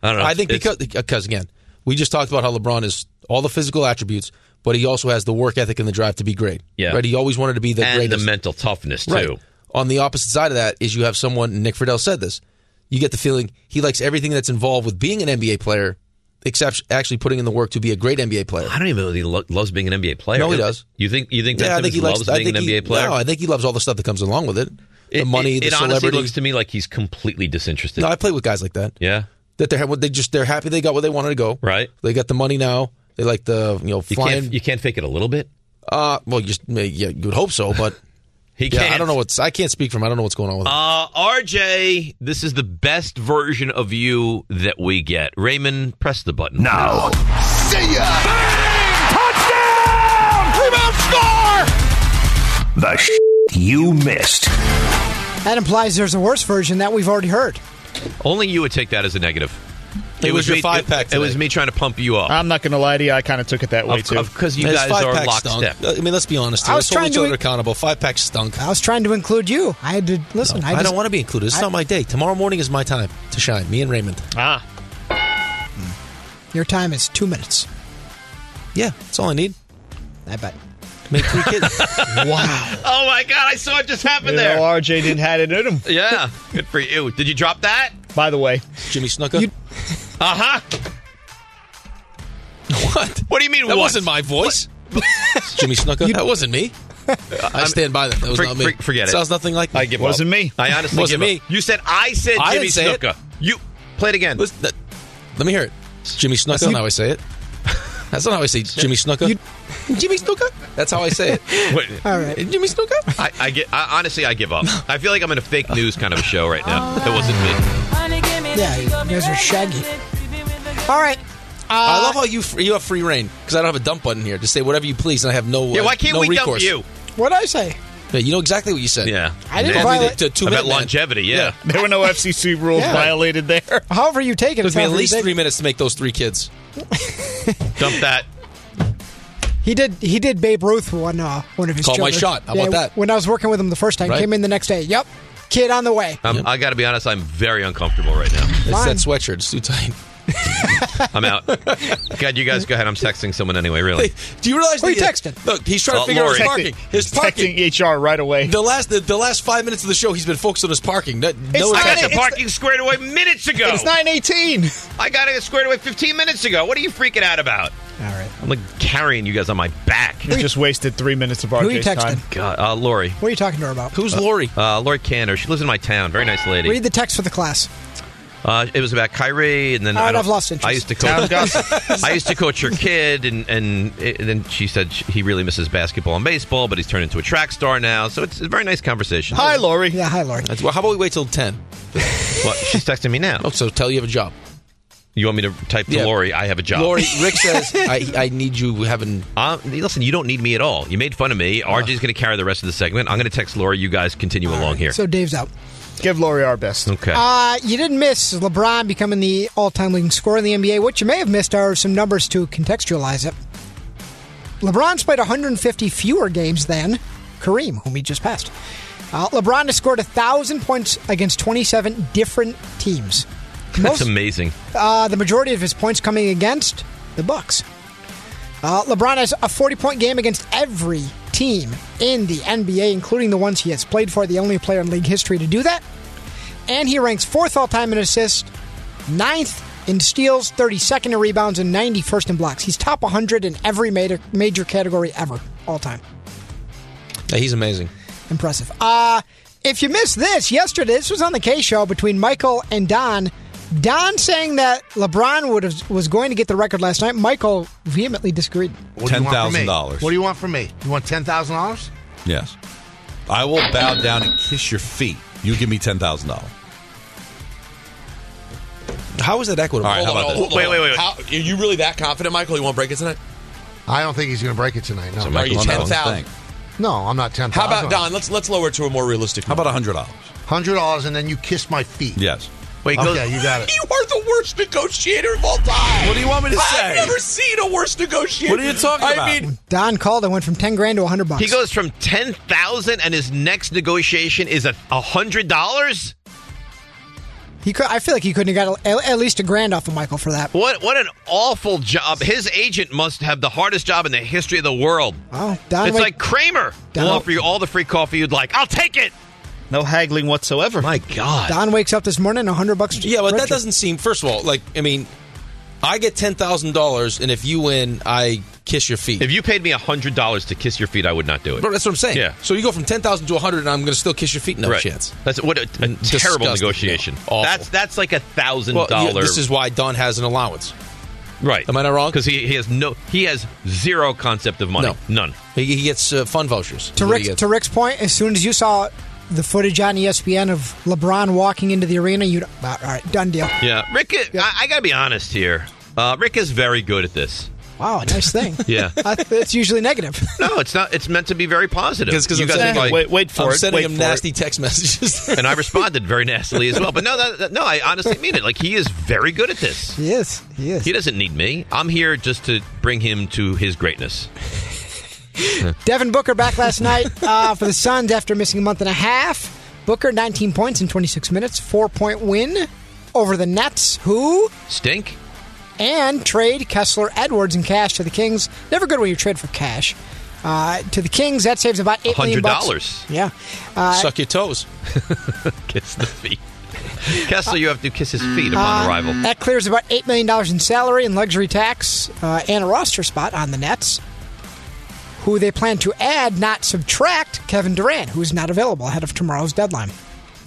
[SPEAKER 4] I don't know.
[SPEAKER 5] I think
[SPEAKER 4] It's-
[SPEAKER 5] because because again, we just talked about how LeBron is all the physical attributes, but he also has the work ethic and the drive to be great.
[SPEAKER 4] Yeah.
[SPEAKER 5] Right. He always wanted to be the
[SPEAKER 4] and
[SPEAKER 5] greatest.
[SPEAKER 4] the mental toughness too.
[SPEAKER 5] right. On the opposite side of that is you have someone. Nick Friedel said this. You get the feeling he likes everything that's involved with being an NBA player, except actually putting in the work to be a great NBA player.
[SPEAKER 4] I don't even know if he lo- loves being an NBA player.
[SPEAKER 5] No, he does.
[SPEAKER 4] You think you think Ben
[SPEAKER 5] Yeah, I
[SPEAKER 4] Simmons
[SPEAKER 5] think he likes.
[SPEAKER 4] loves
[SPEAKER 5] I
[SPEAKER 4] being
[SPEAKER 5] think
[SPEAKER 4] an
[SPEAKER 5] he,
[SPEAKER 4] NBA player?
[SPEAKER 5] No, I think he loves all the stuff that comes along with it. The
[SPEAKER 4] It-
[SPEAKER 5] money,
[SPEAKER 4] it,
[SPEAKER 5] the
[SPEAKER 4] it honestly
[SPEAKER 5] celebrity.
[SPEAKER 4] looks to me like he's completely disinterested.
[SPEAKER 5] no, I play with guys like that.
[SPEAKER 4] yeah,
[SPEAKER 5] That they're they just they're happy they got where they wanted to go.
[SPEAKER 4] right.
[SPEAKER 5] They got the money now. They like the you know
[SPEAKER 4] You
[SPEAKER 5] flying.
[SPEAKER 4] can't you can't fake it a little bit.
[SPEAKER 5] Uh, well, you, yeah, you would hope so, but
[SPEAKER 4] He
[SPEAKER 5] yeah,
[SPEAKER 4] can't.
[SPEAKER 5] I don't know what's. I can't speak from. I don't know what's going on with him.
[SPEAKER 4] Uh, RJ, this is the best version of you that we get. Raymond, press the button.
[SPEAKER 1] Now,
[SPEAKER 2] See ya! Touchdown! Rebound score!
[SPEAKER 1] the sh- you missed.
[SPEAKER 8] That implies there's a worse version that we've already heard.
[SPEAKER 4] Only you would take that as a negative.
[SPEAKER 5] It was your
[SPEAKER 4] me,
[SPEAKER 5] five pack
[SPEAKER 4] It, it was
[SPEAKER 5] today.
[SPEAKER 4] me trying to pump you up.
[SPEAKER 9] I'm not going to lie to you. I kind of took it that way too.
[SPEAKER 4] Because you
[SPEAKER 5] His
[SPEAKER 4] guys
[SPEAKER 5] five
[SPEAKER 4] are
[SPEAKER 5] pack stunk.
[SPEAKER 4] lockstep.
[SPEAKER 5] I mean, let's be honest. Here.
[SPEAKER 8] I was
[SPEAKER 5] let's hold
[SPEAKER 8] trying
[SPEAKER 5] each
[SPEAKER 8] to-
[SPEAKER 5] other accountable. Five pack stunk.
[SPEAKER 8] I was trying to include you. I had to listen. I,
[SPEAKER 5] I
[SPEAKER 8] just,
[SPEAKER 5] don't want to be included. It's
[SPEAKER 8] I-
[SPEAKER 5] not my day. Tomorrow morning is my time to shine. Me and Raymond.
[SPEAKER 9] ah,
[SPEAKER 8] Your time is two minutes.
[SPEAKER 5] Yeah, that's all I need.
[SPEAKER 8] I bet.
[SPEAKER 5] Make three kids.
[SPEAKER 8] Wow.
[SPEAKER 4] Oh my god, I saw it just happen
[SPEAKER 9] you know,
[SPEAKER 4] there.
[SPEAKER 9] RJ didn't had it in him.
[SPEAKER 4] Yeah, good for you. Did you drop that?
[SPEAKER 9] By the way,
[SPEAKER 5] Jimmy Snuka.
[SPEAKER 8] You-
[SPEAKER 4] Uh huh.
[SPEAKER 5] what?
[SPEAKER 4] What do you mean?
[SPEAKER 5] That
[SPEAKER 4] once?
[SPEAKER 5] wasn't my voice. Jimmy Snuka. That wasn't me. I stand by that. That was
[SPEAKER 4] for-
[SPEAKER 5] not me.
[SPEAKER 4] for- forget it.
[SPEAKER 5] Sounds nothing like me.
[SPEAKER 4] I give
[SPEAKER 9] Wasn't
[SPEAKER 4] up.
[SPEAKER 9] me.
[SPEAKER 4] I honestly
[SPEAKER 5] Wasn't
[SPEAKER 4] give
[SPEAKER 5] me.
[SPEAKER 4] up. You said I said
[SPEAKER 5] I
[SPEAKER 4] Jimmy
[SPEAKER 5] didn't say it.
[SPEAKER 4] Snuka. You play it again.
[SPEAKER 5] Listen, that- let me hear it. Jimmy Snuka. That's not how I say it. That's not how I say Jimmy Snuka. Jimmy Snuka. That's how I say it.
[SPEAKER 4] Wait,
[SPEAKER 8] All right.
[SPEAKER 5] Jimmy Snuka.
[SPEAKER 4] I, I get. I, honestly, I give up. I feel like I'm in a fake news kind of a show right now. That wasn't me.
[SPEAKER 8] Yeah, you guys are shaggy. All right. uh,
[SPEAKER 4] Uh,
[SPEAKER 5] I love how you fr- you have free reign because I don't have a dump button here. Just say whatever you please, and I have no.
[SPEAKER 4] Yeah,
[SPEAKER 5] uh,
[SPEAKER 4] why can't
[SPEAKER 5] no
[SPEAKER 4] we dump
[SPEAKER 5] recourse.
[SPEAKER 4] you?
[SPEAKER 8] What did I say?
[SPEAKER 5] Yeah, you know exactly what you said.
[SPEAKER 4] Yeah,
[SPEAKER 8] I didn't
[SPEAKER 4] Yeah.
[SPEAKER 8] violate-
[SPEAKER 5] To, to two
[SPEAKER 4] About
[SPEAKER 5] minute man.
[SPEAKER 4] longevity, yeah.
[SPEAKER 9] there were no FCC rules
[SPEAKER 8] Yeah.
[SPEAKER 9] violated there.
[SPEAKER 8] However you take it.
[SPEAKER 5] Took
[SPEAKER 8] it's
[SPEAKER 5] me at
[SPEAKER 8] however you
[SPEAKER 5] least
[SPEAKER 8] take
[SPEAKER 5] three
[SPEAKER 8] it.
[SPEAKER 5] minutes to make those three kids.
[SPEAKER 4] Dump that.
[SPEAKER 8] He did. He did Babe Ruth one. Uh, one of his.
[SPEAKER 5] Called my
[SPEAKER 8] children.
[SPEAKER 5] shot. How
[SPEAKER 8] Yeah,
[SPEAKER 5] about that?
[SPEAKER 8] When I was working with him the first time,
[SPEAKER 5] Right.
[SPEAKER 8] came in the next day. Yep. Kid on the way.
[SPEAKER 4] Um, I got to be honest. I'm very uncomfortable right now.
[SPEAKER 5] It's
[SPEAKER 8] Fine.
[SPEAKER 5] that sweatshirt. It's too tight.
[SPEAKER 4] I'm out. God, you guys go ahead. I'm texting someone anyway. Really.
[SPEAKER 5] Do you realize?
[SPEAKER 8] Who
[SPEAKER 5] that
[SPEAKER 8] you
[SPEAKER 5] he-
[SPEAKER 8] texting?
[SPEAKER 5] Look, he's trying
[SPEAKER 4] Uh,
[SPEAKER 5] to figure out his
[SPEAKER 4] Lori.
[SPEAKER 5] parking. His parking.
[SPEAKER 9] Texting HR right away.
[SPEAKER 5] The last the, the last five minutes of the show, he's been focused on his parking. No,
[SPEAKER 4] I
[SPEAKER 5] no
[SPEAKER 9] not-
[SPEAKER 4] got
[SPEAKER 9] it's
[SPEAKER 4] the parking squared away minutes ago.
[SPEAKER 9] It's nine eighteen.
[SPEAKER 4] I got it squared away 15 minutes ago. What are you freaking out about?
[SPEAKER 8] All right.
[SPEAKER 4] I'm like carrying you guys on my back.
[SPEAKER 9] You just wasted three minutes of
[SPEAKER 8] Who you
[SPEAKER 9] RJ's
[SPEAKER 8] texting?
[SPEAKER 9] time.
[SPEAKER 4] God, uh, Lori.
[SPEAKER 8] What are you talking to her about?
[SPEAKER 5] who's Lori?
[SPEAKER 4] Uh, Lori Cantor. She lives in my town. Very nice lady.
[SPEAKER 8] Read the text for the class.
[SPEAKER 4] Uh, it was about Kyrie, and then
[SPEAKER 8] All right,
[SPEAKER 4] I don't-
[SPEAKER 8] I've lost interest.
[SPEAKER 4] I used to
[SPEAKER 9] Town
[SPEAKER 4] coach.
[SPEAKER 9] gossip.
[SPEAKER 4] I used to coach her kid, and and, and then she said she, he really misses basketball and baseball, but he's turned into a track star now. So it's a very nice conversation.
[SPEAKER 9] Hi, Lori.
[SPEAKER 8] Yeah. Hi, Lord.
[SPEAKER 5] That's- well, how about we wait till ten?
[SPEAKER 4] Well, she's texting me now.
[SPEAKER 5] Oh, so tell you have a job.
[SPEAKER 4] You want me to type to
[SPEAKER 5] Yeah.
[SPEAKER 4] Lori? I have a job.
[SPEAKER 5] Lori, Rick says I, I need you having.
[SPEAKER 4] Uh, listen, you don't need me at all. You made fun of me. RJ's going to carry the rest of the segment. I'm going to text Lori. You guys continue along here.
[SPEAKER 8] So Dave's out.
[SPEAKER 9] Give Lori our best.
[SPEAKER 4] okay.
[SPEAKER 8] Uh, you didn't miss LeBron becoming the all-time leading scorer in the NBA. What you may have missed are some numbers to contextualize it. LeBron's played 150 fewer games than Kareem, whom he just passed. Uh, LeBron has scored 1,000 points against 27 different teams.
[SPEAKER 4] That's
[SPEAKER 8] Most,
[SPEAKER 4] amazing.
[SPEAKER 8] uh, the majority of his points coming against the Bucks. Uh, LeBron has a 40-point game against every team in the NBA, including the ones he has played for, the only player in league history to do that and he ranks fourth all time in assists, ninth in steals, 32nd in rebounds, and 91st in blocks. He's top 100 in every major, major category ever, all time.
[SPEAKER 5] Yeah, he's amazing.
[SPEAKER 8] Impressive. Uh, if you missed this yesterday, this was on the K show between Michael and Don. Don saying that LeBron would have, was going to get the record last night. Michael vehemently disagreed.
[SPEAKER 10] What do you want from me?
[SPEAKER 5] $10,000.
[SPEAKER 10] What do you want from me? You want ten thousand dollars?
[SPEAKER 11] Yes. I will bow down and kiss your feet. You give me ten thousand dollars.
[SPEAKER 5] How is that equitable?
[SPEAKER 11] All right,
[SPEAKER 5] Hold
[SPEAKER 11] how
[SPEAKER 5] on,
[SPEAKER 11] about
[SPEAKER 5] hold on,
[SPEAKER 4] that?
[SPEAKER 5] hold
[SPEAKER 4] Wait,
[SPEAKER 5] on.
[SPEAKER 4] wait, wait.
[SPEAKER 5] How- are you really that confident, Michael? You want to break it tonight?
[SPEAKER 10] I don't think he's going to break it tonight. No,
[SPEAKER 4] So
[SPEAKER 5] Are you
[SPEAKER 4] Michael's on
[SPEAKER 5] ten
[SPEAKER 4] that one.
[SPEAKER 5] thousand?
[SPEAKER 10] no, I'm not ten.
[SPEAKER 5] How about Don? Let's let's lower it to a more realistic.
[SPEAKER 11] How
[SPEAKER 5] number.
[SPEAKER 11] about hundred dollars?
[SPEAKER 10] Hundred dollars, and then you kiss my feet.
[SPEAKER 11] Yes.
[SPEAKER 4] Wait, go-
[SPEAKER 10] okay, you got it.
[SPEAKER 5] You are the worst negotiator of all time.
[SPEAKER 11] What do you want me to say?
[SPEAKER 5] I've never seen a worse negotiator.
[SPEAKER 11] What are you talking
[SPEAKER 5] I
[SPEAKER 11] about?
[SPEAKER 5] I mean,
[SPEAKER 8] Don called and went from ten grand to hundred bucks.
[SPEAKER 4] He goes from ten thousand, and his next negotiation is a hundred dollars.
[SPEAKER 8] He could. I feel like he couldn't have got a, at least a grand off of Michael for that.
[SPEAKER 4] What what an awful job! His agent must have the hardest job in the history of the world.
[SPEAKER 8] Wow, Don.
[SPEAKER 4] it's
[SPEAKER 8] wait-
[SPEAKER 4] like Kramer.
[SPEAKER 8] Don-
[SPEAKER 4] We'll offer you all the free coffee you'd like. I'll take it.
[SPEAKER 9] No haggling whatsoever.
[SPEAKER 4] My God.
[SPEAKER 8] Don wakes up this morning, hundred bucks.
[SPEAKER 5] yeah, but that
[SPEAKER 8] richer.
[SPEAKER 5] doesn't seem. First of all, like I mean, I get ten thousand dollars, and if you win, I kiss your feet.
[SPEAKER 4] If you paid me hundred dollars to kiss your feet, I would not do it.
[SPEAKER 5] But that's what I'm saying.
[SPEAKER 4] Yeah.
[SPEAKER 5] So you go from ten thousand to hundred, and I'm going to still kiss your feet. No
[SPEAKER 4] Right.
[SPEAKER 5] chance. Mm,
[SPEAKER 4] That's what a, a terrible
[SPEAKER 5] Disgusting.
[SPEAKER 4] negotiation.
[SPEAKER 5] Awful.
[SPEAKER 4] That's that's like a thousand
[SPEAKER 5] Well, yeah,
[SPEAKER 4] dollar.
[SPEAKER 5] this is why Don has an allowance.
[SPEAKER 4] right.
[SPEAKER 5] Am I not wrong?
[SPEAKER 4] Because he, he has no he has zero concept of money.
[SPEAKER 5] No.
[SPEAKER 4] None.
[SPEAKER 5] He, he gets uh, fun vouchers.
[SPEAKER 8] To Rick's, to Rick's point, as soon as you saw the footage on E ESPN of LeBron walking into the arena, you all right, done deal.
[SPEAKER 4] Yeah. Rick. is- I, I gotta be honest here. Uh, Rick is very good at this.
[SPEAKER 8] Wow, nice thing.
[SPEAKER 4] Yeah.
[SPEAKER 8] I- It's usually negative.
[SPEAKER 4] No, it's not. It's meant to be very positive.
[SPEAKER 5] because
[SPEAKER 4] You guys are like-
[SPEAKER 9] wait, wait for
[SPEAKER 5] I'm
[SPEAKER 9] it.
[SPEAKER 5] sending
[SPEAKER 9] wait
[SPEAKER 5] him
[SPEAKER 9] for
[SPEAKER 5] nasty
[SPEAKER 9] It.
[SPEAKER 5] text messages.
[SPEAKER 4] and I responded very nastily as well. But no, that, that- no, I honestly mean it. Like he is very good at this.
[SPEAKER 8] He is. He is.
[SPEAKER 4] He doesn't need me. I'm here just to bring him to his greatness.
[SPEAKER 8] Devin Booker back last night uh, for the Suns after missing a month and a half. Booker, 19 points in 26 minutes, four point win over the Nets, who
[SPEAKER 4] Stink.
[SPEAKER 8] and trade Kessler Edwards and cash to the Kings. Never good when you trade for cash. Uh, to the Kings, that saves about eight million
[SPEAKER 4] $100.
[SPEAKER 8] bucks. Yeah, Uh,
[SPEAKER 10] Uh,
[SPEAKER 5] Suck your toes.
[SPEAKER 4] Kiss the feet. Kessler, you have to kiss his feet upon
[SPEAKER 5] Uh,
[SPEAKER 4] arrival.
[SPEAKER 8] Uh, that clears about eight million dollars in salary and luxury tax uh, and a roster spot on the Nets, who they plan to add, not subtract, Kevin Durant, who is not available ahead of tomorrow's deadline.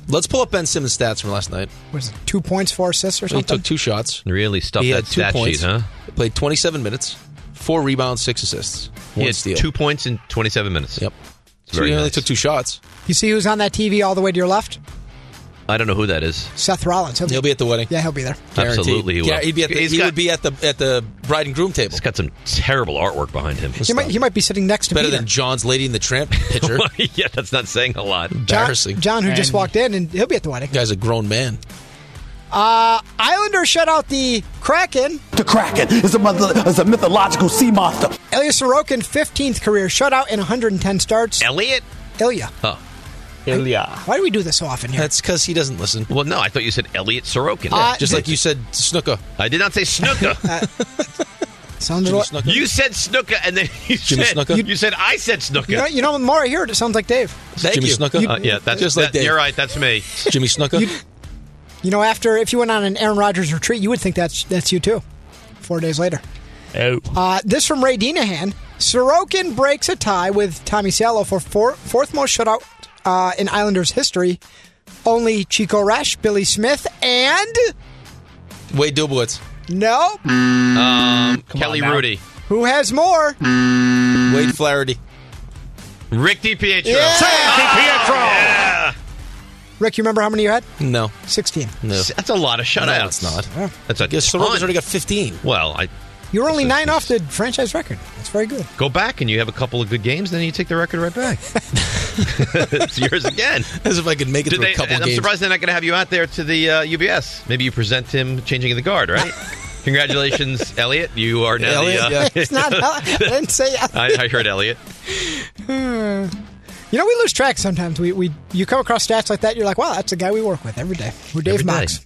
[SPEAKER 5] Let's pull up Ben Simmons' stats from last night.
[SPEAKER 8] What is it? Two points, four assists, or
[SPEAKER 5] He
[SPEAKER 8] something.
[SPEAKER 5] took two shots.
[SPEAKER 4] Really stuffed
[SPEAKER 5] He
[SPEAKER 4] that
[SPEAKER 5] had two
[SPEAKER 4] stat
[SPEAKER 5] points.
[SPEAKER 4] sheet, huh?
[SPEAKER 5] Played 27 minutes, four rebounds, six assists,
[SPEAKER 4] He
[SPEAKER 5] one
[SPEAKER 4] had
[SPEAKER 5] steal.
[SPEAKER 4] two points in 27 minutes.
[SPEAKER 5] Yep.
[SPEAKER 4] It's
[SPEAKER 5] So
[SPEAKER 4] very
[SPEAKER 5] he only
[SPEAKER 4] nice.
[SPEAKER 5] took two shots.
[SPEAKER 8] You see who's on that TV all the way to your left?
[SPEAKER 4] I don't know who that is.
[SPEAKER 8] Seth Rollins. He'll be,
[SPEAKER 5] He'll be at the wedding.
[SPEAKER 8] yeah, he'll be there.
[SPEAKER 5] Guaranteed.
[SPEAKER 4] Absolutely, he will.
[SPEAKER 5] Yeah, he'd be at the,
[SPEAKER 4] He's
[SPEAKER 5] he
[SPEAKER 4] got-
[SPEAKER 5] would be at the at the bride and groom table.
[SPEAKER 4] He's got some terrible artwork behind him.
[SPEAKER 8] He might, he might be sitting next to
[SPEAKER 5] Better
[SPEAKER 8] Peter.
[SPEAKER 5] than John's Lady and the Tramp picture.
[SPEAKER 4] yeah, that's not saying a lot.
[SPEAKER 8] John,
[SPEAKER 5] Embarrassing.
[SPEAKER 8] John, who just
[SPEAKER 9] And-
[SPEAKER 8] walked in, and he'll be at the wedding.
[SPEAKER 5] Guy's a grown man.
[SPEAKER 8] Islanders Uh, shut out the Kraken.
[SPEAKER 12] The Kraken is a, mother, is a mythological sea monster.
[SPEAKER 8] Ilya Sorokin, 15th career shutout in 110 starts.
[SPEAKER 4] Elliot?
[SPEAKER 8] Ilya.
[SPEAKER 4] Oh.
[SPEAKER 9] Ilya.
[SPEAKER 8] Why do we do this so often here?
[SPEAKER 5] That's because he doesn't listen.
[SPEAKER 4] Well, no, I thought you said Elliot Sorokin.
[SPEAKER 8] Uh,
[SPEAKER 5] Just like you said, Snooker.
[SPEAKER 4] I did not say Snooker.
[SPEAKER 8] Sounds
[SPEAKER 5] Jimmy
[SPEAKER 8] like-
[SPEAKER 5] Snooker.
[SPEAKER 4] You said snooker, and then you
[SPEAKER 5] Jimmy
[SPEAKER 4] said
[SPEAKER 5] Snooker?
[SPEAKER 4] you said I said snooker.
[SPEAKER 8] you know, you know, the more I hear it, it sounds like Dave.
[SPEAKER 4] Thank
[SPEAKER 5] Jimmy
[SPEAKER 4] you.
[SPEAKER 5] Snooker?
[SPEAKER 4] Uh, yeah, that's
[SPEAKER 5] Just like
[SPEAKER 4] that-
[SPEAKER 5] Dave.
[SPEAKER 4] You're right. That's me.
[SPEAKER 5] Jimmy Snooker.
[SPEAKER 8] You know, after if you went on an Aaron Rodgers retreat, you would think that's that's you too. Four days later.
[SPEAKER 9] Oh.
[SPEAKER 8] Uh, this from Ray Dinahan. Sorokin breaks a tie with Tommy Cielo for four, fourth most shutout uh, in Islanders history. Only Chico Resch, Billy Smith, and
[SPEAKER 5] Wade Dubowitz.
[SPEAKER 8] no,
[SPEAKER 4] Um, Kelly
[SPEAKER 9] on now.
[SPEAKER 4] Rudy,
[SPEAKER 8] who has more?
[SPEAKER 5] Wade Flaherty.
[SPEAKER 4] Rick DiPietro.
[SPEAKER 9] Pietro.
[SPEAKER 8] Rick, you remember how many you had?
[SPEAKER 5] No.
[SPEAKER 8] Sixteen.
[SPEAKER 5] No.
[SPEAKER 4] That's a lot of shutouts.
[SPEAKER 5] No, it's not.
[SPEAKER 4] That's a
[SPEAKER 5] Because
[SPEAKER 4] ton.
[SPEAKER 5] Sorokin's already got 15.
[SPEAKER 4] Well, I
[SPEAKER 8] You were only nine off the franchise record. That's very good.
[SPEAKER 4] go back and you have a couple of good games, then you take the record right back. it's yours again.
[SPEAKER 5] As if I could make it
[SPEAKER 4] Did
[SPEAKER 5] through
[SPEAKER 4] they,
[SPEAKER 5] a couple
[SPEAKER 4] and I'm
[SPEAKER 5] games.
[SPEAKER 4] surprised they're not going to have you out there to the uh, UBS. Maybe you present him changing the guard, right? Congratulations, Elliot. You are now
[SPEAKER 5] Elliot,
[SPEAKER 4] the. Uh,
[SPEAKER 5] yeah.
[SPEAKER 8] It's not. I didn't say. Hmm.
[SPEAKER 4] I, I heard Elliot.
[SPEAKER 8] You know, we lose track sometimes. We, we you come across stats like that, you're like, wow, that's the guy we work with every day. We're Dave
[SPEAKER 4] Every day.
[SPEAKER 8] Mox.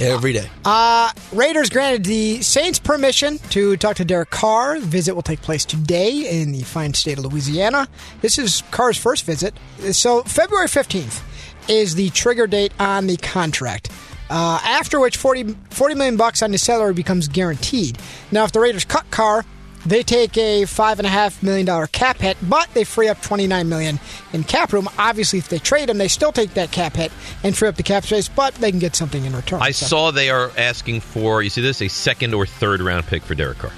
[SPEAKER 5] Every day.
[SPEAKER 8] Uh, Raiders granted the Saints permission to talk to Derek Carr. The visit will take place today in the fine state of Louisiana. This is Carr's first visit. So, February 15th is the trigger date on the contract. Uh, after which 40, 40 million bucks on his salary becomes guaranteed. Now, if the Raiders cut Carr, they take a five and a half million dollar cap hit, but they free up twenty nine million in cap room. Obviously, if they trade him, they still take that cap hit and free up the cap space, but they can get something in return.
[SPEAKER 4] I
[SPEAKER 8] So-
[SPEAKER 4] saw they are asking for, you see this, a second or third round pick for Derek Carr.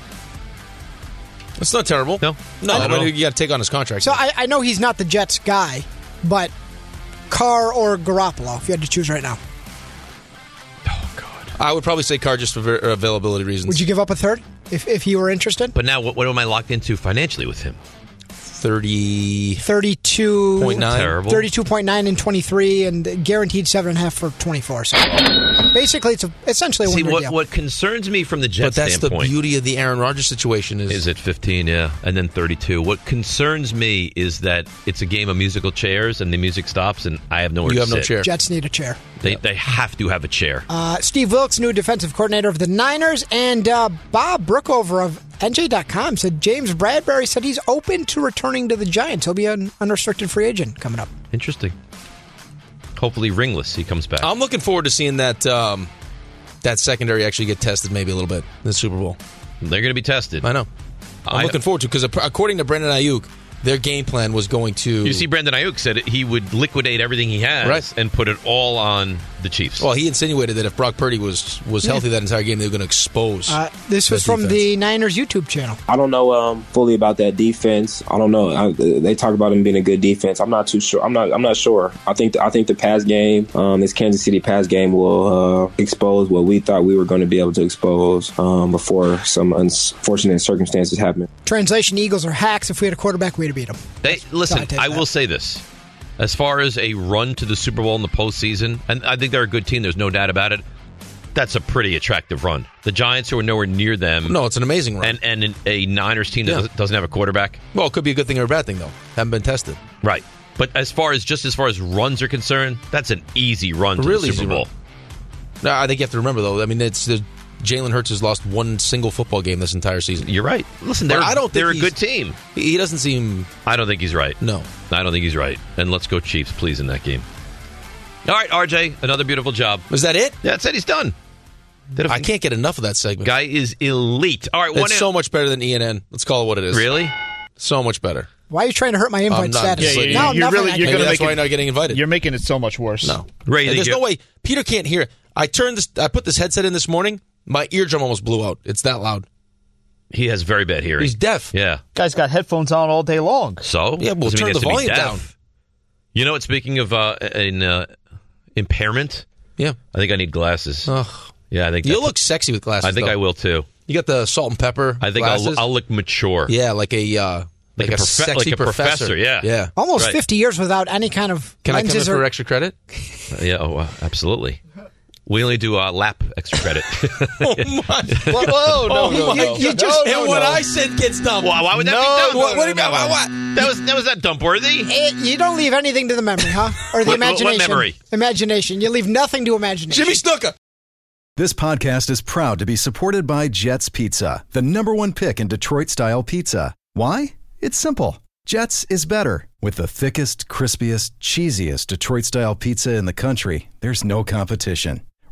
[SPEAKER 5] It's not terrible.
[SPEAKER 4] No.
[SPEAKER 5] No,
[SPEAKER 4] Not at
[SPEAKER 5] but
[SPEAKER 4] all.
[SPEAKER 5] you got to take on his contract.
[SPEAKER 8] So I, I know he's not the Jets guy, but Carr or Garoppolo, if you had to choose right now,
[SPEAKER 5] I would probably say Carr just for ver- uh, availability reasons.
[SPEAKER 8] would you give up a third if, if he were interested?
[SPEAKER 4] But now, what, what am I locked into financially with him?
[SPEAKER 5] 30.
[SPEAKER 8] 32
[SPEAKER 5] Point nine. Terrible.
[SPEAKER 8] 32.9 in 23 and guaranteed 7.5 for 24 so basically it's a, essentially a
[SPEAKER 4] See
[SPEAKER 8] one-year
[SPEAKER 4] what
[SPEAKER 8] deal.
[SPEAKER 4] what concerns me from the
[SPEAKER 5] But
[SPEAKER 4] Jets
[SPEAKER 5] that's the
[SPEAKER 4] standpoint
[SPEAKER 5] beauty of the Aaron Rodgers situation is
[SPEAKER 4] is at 15, yeah, and then 32. What concerns me is that it's a game of musical chairs and the music stops and I have nowhere to
[SPEAKER 5] You have no
[SPEAKER 4] sit.
[SPEAKER 5] chair.
[SPEAKER 8] Jets need a chair.
[SPEAKER 4] They they have to have a chair.
[SPEAKER 8] Uh, Steve Wilkes, new defensive coordinator of the Niners, and uh, Bob Brookover of NJ.com said James Bradbury said he's open to returning to the Giants. He'll be an unrestricted free agent coming up.
[SPEAKER 4] Interesting. Hopefully ringless he comes back.
[SPEAKER 5] I'm looking forward to seeing that um, that secondary actually get tested maybe a little bit in the Super Bowl.
[SPEAKER 4] They're going to be tested.
[SPEAKER 5] I know. I'm
[SPEAKER 4] I-
[SPEAKER 5] looking forward to because according to Brendan Ayuk, their game plan was going to.
[SPEAKER 4] You see, Brandon Ayuk said it- he would liquidate everything he has
[SPEAKER 5] Right.
[SPEAKER 4] and put it all on the Chiefs.
[SPEAKER 5] well, he insinuated that if Brock Purdy was was
[SPEAKER 8] Yeah.
[SPEAKER 5] healthy that entire game, they were going to expose.
[SPEAKER 8] Uh, this was from the Niners YouTube channel.
[SPEAKER 13] I don't know um, fully about that defense. I don't know. I, they talk about them being a good defense. I'm not too sure. I'm not. I'm not sure. I think. The, I think the pass game, um, this Kansas City pass game, will uh, expose what we thought we were going to be able to expose um, before some unfortunate circumstances happened.
[SPEAKER 8] Translation: Eagles are hacks. If we had a quarterback, we'd have beat them.
[SPEAKER 4] They, listen, I will say this. As far as a run to the Super Bowl in the postseason, and I think they're a good team, there's no doubt about it. That's a pretty attractive run. The Giants, who are nowhere near them.
[SPEAKER 5] No, it's an amazing
[SPEAKER 4] run. And, and an- a Niners team that
[SPEAKER 5] Yeah.
[SPEAKER 4] doesn't- doesn't have a quarterback.
[SPEAKER 5] Well, it could be a good thing or a bad thing though. Haven't been tested.
[SPEAKER 4] Right. But as far as just as far as runs are concerned, that's an easy run to
[SPEAKER 5] Really
[SPEAKER 4] the
[SPEAKER 5] easy
[SPEAKER 4] Super
[SPEAKER 5] run.
[SPEAKER 4] Bowl.
[SPEAKER 5] No, I think you have to remember though. I mean, it's the Jalen Hurts has lost one single football game this entire season.
[SPEAKER 4] You're right. Listen, they're-
[SPEAKER 5] I don't.
[SPEAKER 4] they're
[SPEAKER 5] think
[SPEAKER 4] a good
[SPEAKER 5] he's-
[SPEAKER 4] team.
[SPEAKER 5] He he doesn't seem.
[SPEAKER 4] I don't think he's right.
[SPEAKER 5] No.
[SPEAKER 4] I don't think he's right. And let's go Chiefs, please, in that game. All right, RJ, another beautiful job.
[SPEAKER 5] Is that it?
[SPEAKER 4] That's it. He's done.
[SPEAKER 5] I can't get enough of that segment.
[SPEAKER 4] Guy is elite. All right,
[SPEAKER 5] it's
[SPEAKER 4] one in-
[SPEAKER 5] so much better than ENN. Let's call it what it is.
[SPEAKER 4] Really?
[SPEAKER 5] So much better.
[SPEAKER 8] Why are you trying to hurt my invite
[SPEAKER 5] I'm not
[SPEAKER 8] status?
[SPEAKER 5] just letting
[SPEAKER 8] no,
[SPEAKER 5] you know.
[SPEAKER 8] nothing I
[SPEAKER 5] Maybe
[SPEAKER 8] can do.
[SPEAKER 5] that's why you're not getting invited. You're making it so much worse. No,
[SPEAKER 4] Ray,
[SPEAKER 5] there's
[SPEAKER 4] did
[SPEAKER 5] no
[SPEAKER 4] you-
[SPEAKER 5] way Peter can't hear. it. I turned this. I put this headset in this morning. My eardrum almost blew out. It's that loud.
[SPEAKER 4] He has very bad hearing.
[SPEAKER 5] He's deaf.
[SPEAKER 4] Yeah.
[SPEAKER 9] Guy's got headphones on all day long.
[SPEAKER 4] So
[SPEAKER 9] Yeah, well,
[SPEAKER 4] Doesn't
[SPEAKER 9] turn
[SPEAKER 4] mean he has
[SPEAKER 9] the
[SPEAKER 4] to be
[SPEAKER 9] volume
[SPEAKER 4] deaf.
[SPEAKER 9] down.
[SPEAKER 4] You know what? Speaking of uh, an uh, impairment,
[SPEAKER 5] yeah,
[SPEAKER 4] I think I need glasses.
[SPEAKER 5] Ugh.
[SPEAKER 4] Yeah, I think
[SPEAKER 5] You
[SPEAKER 4] that's-
[SPEAKER 5] look sexy with glasses.
[SPEAKER 4] I think
[SPEAKER 5] though.
[SPEAKER 4] I will too.
[SPEAKER 5] You got the salt and pepper.
[SPEAKER 4] I think
[SPEAKER 5] glasses.
[SPEAKER 4] I'll, I'll look mature.
[SPEAKER 5] Yeah, like a uh,
[SPEAKER 4] Like
[SPEAKER 5] like, a,
[SPEAKER 4] a profe-
[SPEAKER 5] sexy
[SPEAKER 4] like a professor, yeah.
[SPEAKER 5] yeah.
[SPEAKER 8] Almost
[SPEAKER 4] Right.
[SPEAKER 8] 50 years without any kind of
[SPEAKER 5] Can I come in
[SPEAKER 8] lenses or
[SPEAKER 5] for extra credit?
[SPEAKER 4] Uh, yeah. Oh, uh, absolutely. We only do uh, lap extra credit.
[SPEAKER 5] oh my!
[SPEAKER 4] no, no,
[SPEAKER 5] Whoa! Oh, you,
[SPEAKER 4] no.
[SPEAKER 5] you just
[SPEAKER 4] No,
[SPEAKER 5] hit
[SPEAKER 4] no,
[SPEAKER 5] what
[SPEAKER 4] no.
[SPEAKER 5] I said gets dumped.
[SPEAKER 4] Why, why would that
[SPEAKER 5] No,
[SPEAKER 4] be dumb?
[SPEAKER 5] What, what do you mean? why- why-
[SPEAKER 4] That was that was not dump worthy.
[SPEAKER 8] Eh, you don't leave anything to the memory, huh? Or
[SPEAKER 4] What- what-
[SPEAKER 8] the
[SPEAKER 4] what
[SPEAKER 8] imagination.
[SPEAKER 4] memory?
[SPEAKER 8] Imagination. You leave nothing to imagination.
[SPEAKER 5] Jimmy Snooker.
[SPEAKER 14] This podcast is proud to be supported by Jets Pizza, the number one pick in Detroit style pizza. Why? It's simple. Jets is better. With the thickest, crispiest, cheesiest Detroit style pizza in the country, there's no competition.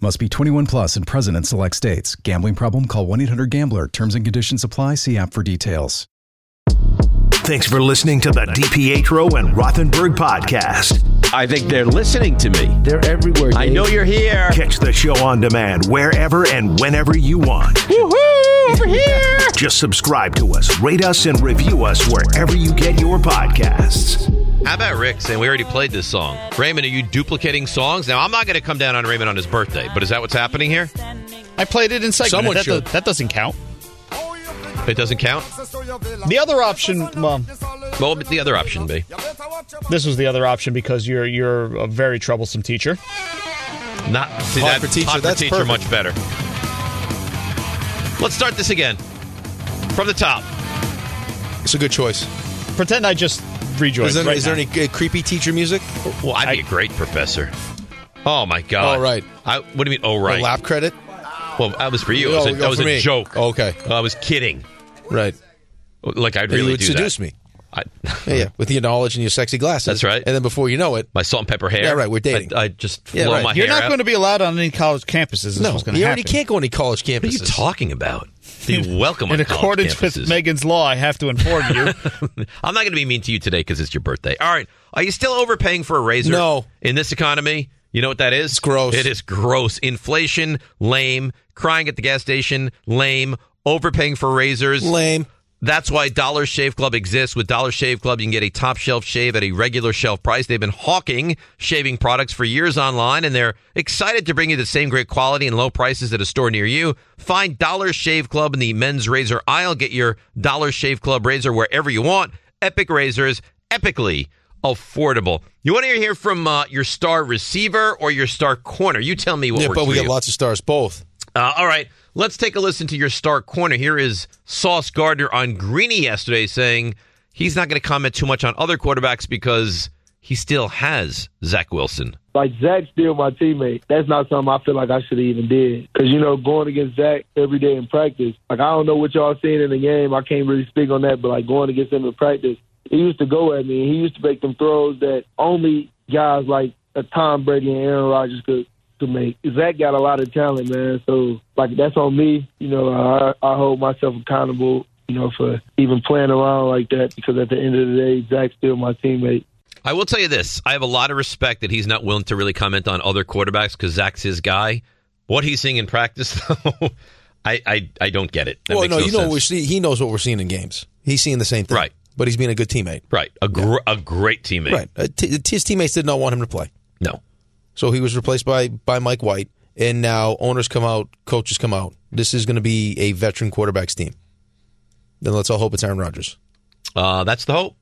[SPEAKER 14] Must be 21 plus and present in select states. Gambling problem? Call 1 800 Gambler. Terms and conditions apply. See app for details.
[SPEAKER 1] Thanks for listening to the DiPietro and Rothenberg podcast. I think they're listening to me. They're everywhere. I know you're here. Catch the show on demand wherever and whenever you want. Woohoo! Over here! Just subscribe to us, rate us, and review us wherever you get your podcasts.
[SPEAKER 4] How about Rick saying we already played this song? Raymond, are you duplicating songs? Now I'm not going to come down on Raymond on his birthday, but is that what's happening here?
[SPEAKER 9] I played it in segment.
[SPEAKER 4] Someone
[SPEAKER 9] that,
[SPEAKER 4] should.
[SPEAKER 9] do- that doesn't count.
[SPEAKER 4] It doesn't count.
[SPEAKER 9] The other option, well,
[SPEAKER 4] What would the other option be?
[SPEAKER 9] this was the other option because you're you're a very troublesome teacher.
[SPEAKER 4] Not
[SPEAKER 9] Hot
[SPEAKER 4] see, that,
[SPEAKER 9] for teacher,
[SPEAKER 4] hot
[SPEAKER 9] that's
[SPEAKER 4] teacher
[SPEAKER 9] perfect.
[SPEAKER 4] much better. Let's start this again from the top.
[SPEAKER 5] It's a good choice.
[SPEAKER 9] Pretend I just rejoined.
[SPEAKER 5] Is there,
[SPEAKER 9] right
[SPEAKER 5] is there
[SPEAKER 9] now.
[SPEAKER 5] any uh, creepy teacher music?
[SPEAKER 4] Well, I'd be a great professor. Oh my god!
[SPEAKER 5] Oh, right.
[SPEAKER 4] I, what do you mean? Oh right.
[SPEAKER 5] Or lap credit?
[SPEAKER 4] Well, that was for you. It was
[SPEAKER 5] Oh,
[SPEAKER 4] a- that was
[SPEAKER 5] for
[SPEAKER 4] a
[SPEAKER 5] me.
[SPEAKER 4] joke. Oh,
[SPEAKER 5] Okay.
[SPEAKER 4] I was kidding.
[SPEAKER 5] Right.
[SPEAKER 4] Like I'd
[SPEAKER 5] And
[SPEAKER 4] really
[SPEAKER 5] you would
[SPEAKER 4] do
[SPEAKER 5] seduce
[SPEAKER 4] that.
[SPEAKER 5] me.
[SPEAKER 4] I,
[SPEAKER 5] Yeah, yeah, with your knowledge and your sexy glasses.
[SPEAKER 4] That's right.
[SPEAKER 5] And then before you know it,
[SPEAKER 4] my salt and pepper hair.
[SPEAKER 5] Yeah, right. We're dating.
[SPEAKER 4] I, I just
[SPEAKER 5] Yeah,
[SPEAKER 4] flow
[SPEAKER 5] right.
[SPEAKER 4] my
[SPEAKER 5] You're
[SPEAKER 4] hair.
[SPEAKER 5] not
[SPEAKER 4] out.
[SPEAKER 5] gonna
[SPEAKER 15] to be allowed on any college campuses. Is
[SPEAKER 5] No,
[SPEAKER 15] what's going to
[SPEAKER 5] you
[SPEAKER 15] happen.
[SPEAKER 5] already can't go on any college campuses.
[SPEAKER 4] What are you talking about? Be welcome.
[SPEAKER 15] In
[SPEAKER 4] on college
[SPEAKER 15] accordance
[SPEAKER 4] campuses.
[SPEAKER 15] with Megan's law, I have to inform you.
[SPEAKER 4] I'm not going to be mean to you today because it's your birthday. All right. Are you still overpaying for a razor? No. In this economy, you know what that is? It's gross. It is gross. Inflation, lame. Crying at the gas station, lame. Overpaying for razors, lame. That's why Dollar Shave Club exists. With Dollar Shave Club, you can get a top shelf shave at a regular shelf price. They've been hawking shaving products for years online, and they're excited to bring you the same great quality and low prices at a store near you. Find Dollar Shave Club in the men's razor aisle. Get your Dollar Shave Club razor wherever you want. Epic razors, epically affordable. You want to hear from uh, your star receiver or your star corner? You tell me what
[SPEAKER 5] Yeah,
[SPEAKER 4] works
[SPEAKER 5] but we
[SPEAKER 4] for
[SPEAKER 5] got
[SPEAKER 4] you.
[SPEAKER 5] lots of stars. Both.
[SPEAKER 4] Uh, all right, let's take a listen to your star corner. Here is Sauce Gardner on Greeny yesterday saying he's not going to comment too much on other quarterbacks because he still has Zach Wilson.
[SPEAKER 16] Like Zach's still my teammate. That's not something I feel like I should have even did. Cause you know, going against Zach every day in practice, like I don't know what y'all seen in the game. I can't really speak on that, but like going against him in practice, he used to go at me. and He used to make them throws that only guys like a Tom Brady and Aaron Rodgers could to make. Zach got a lot of talent, man. So like that's on me. You know, I I hold myself accountable. You know, for even playing around like that because at the end of the day, Zach's still my teammate.
[SPEAKER 4] I will tell you this I have a lot of respect that he's not willing to really comment on other quarterbacks because Zach's his guy. What he's seeing in practice, though, I, I, I don't get it. That
[SPEAKER 5] well,
[SPEAKER 4] makes
[SPEAKER 5] no, you know
[SPEAKER 4] sense.
[SPEAKER 5] what we see. He knows what we're seeing in games. He's seeing the same thing. Right. But he's being a good teammate.
[SPEAKER 4] Right. A, gr- a great teammate.
[SPEAKER 5] Right. Uh, t- his teammates did not want him to play.
[SPEAKER 4] No.
[SPEAKER 5] So he was replaced by by Mike White, and now owners come out, coaches come out. This is going to be a veteran quarterbacks team. Then let's all hope it's Aaron Rodgers.
[SPEAKER 4] Uh, that's the hope.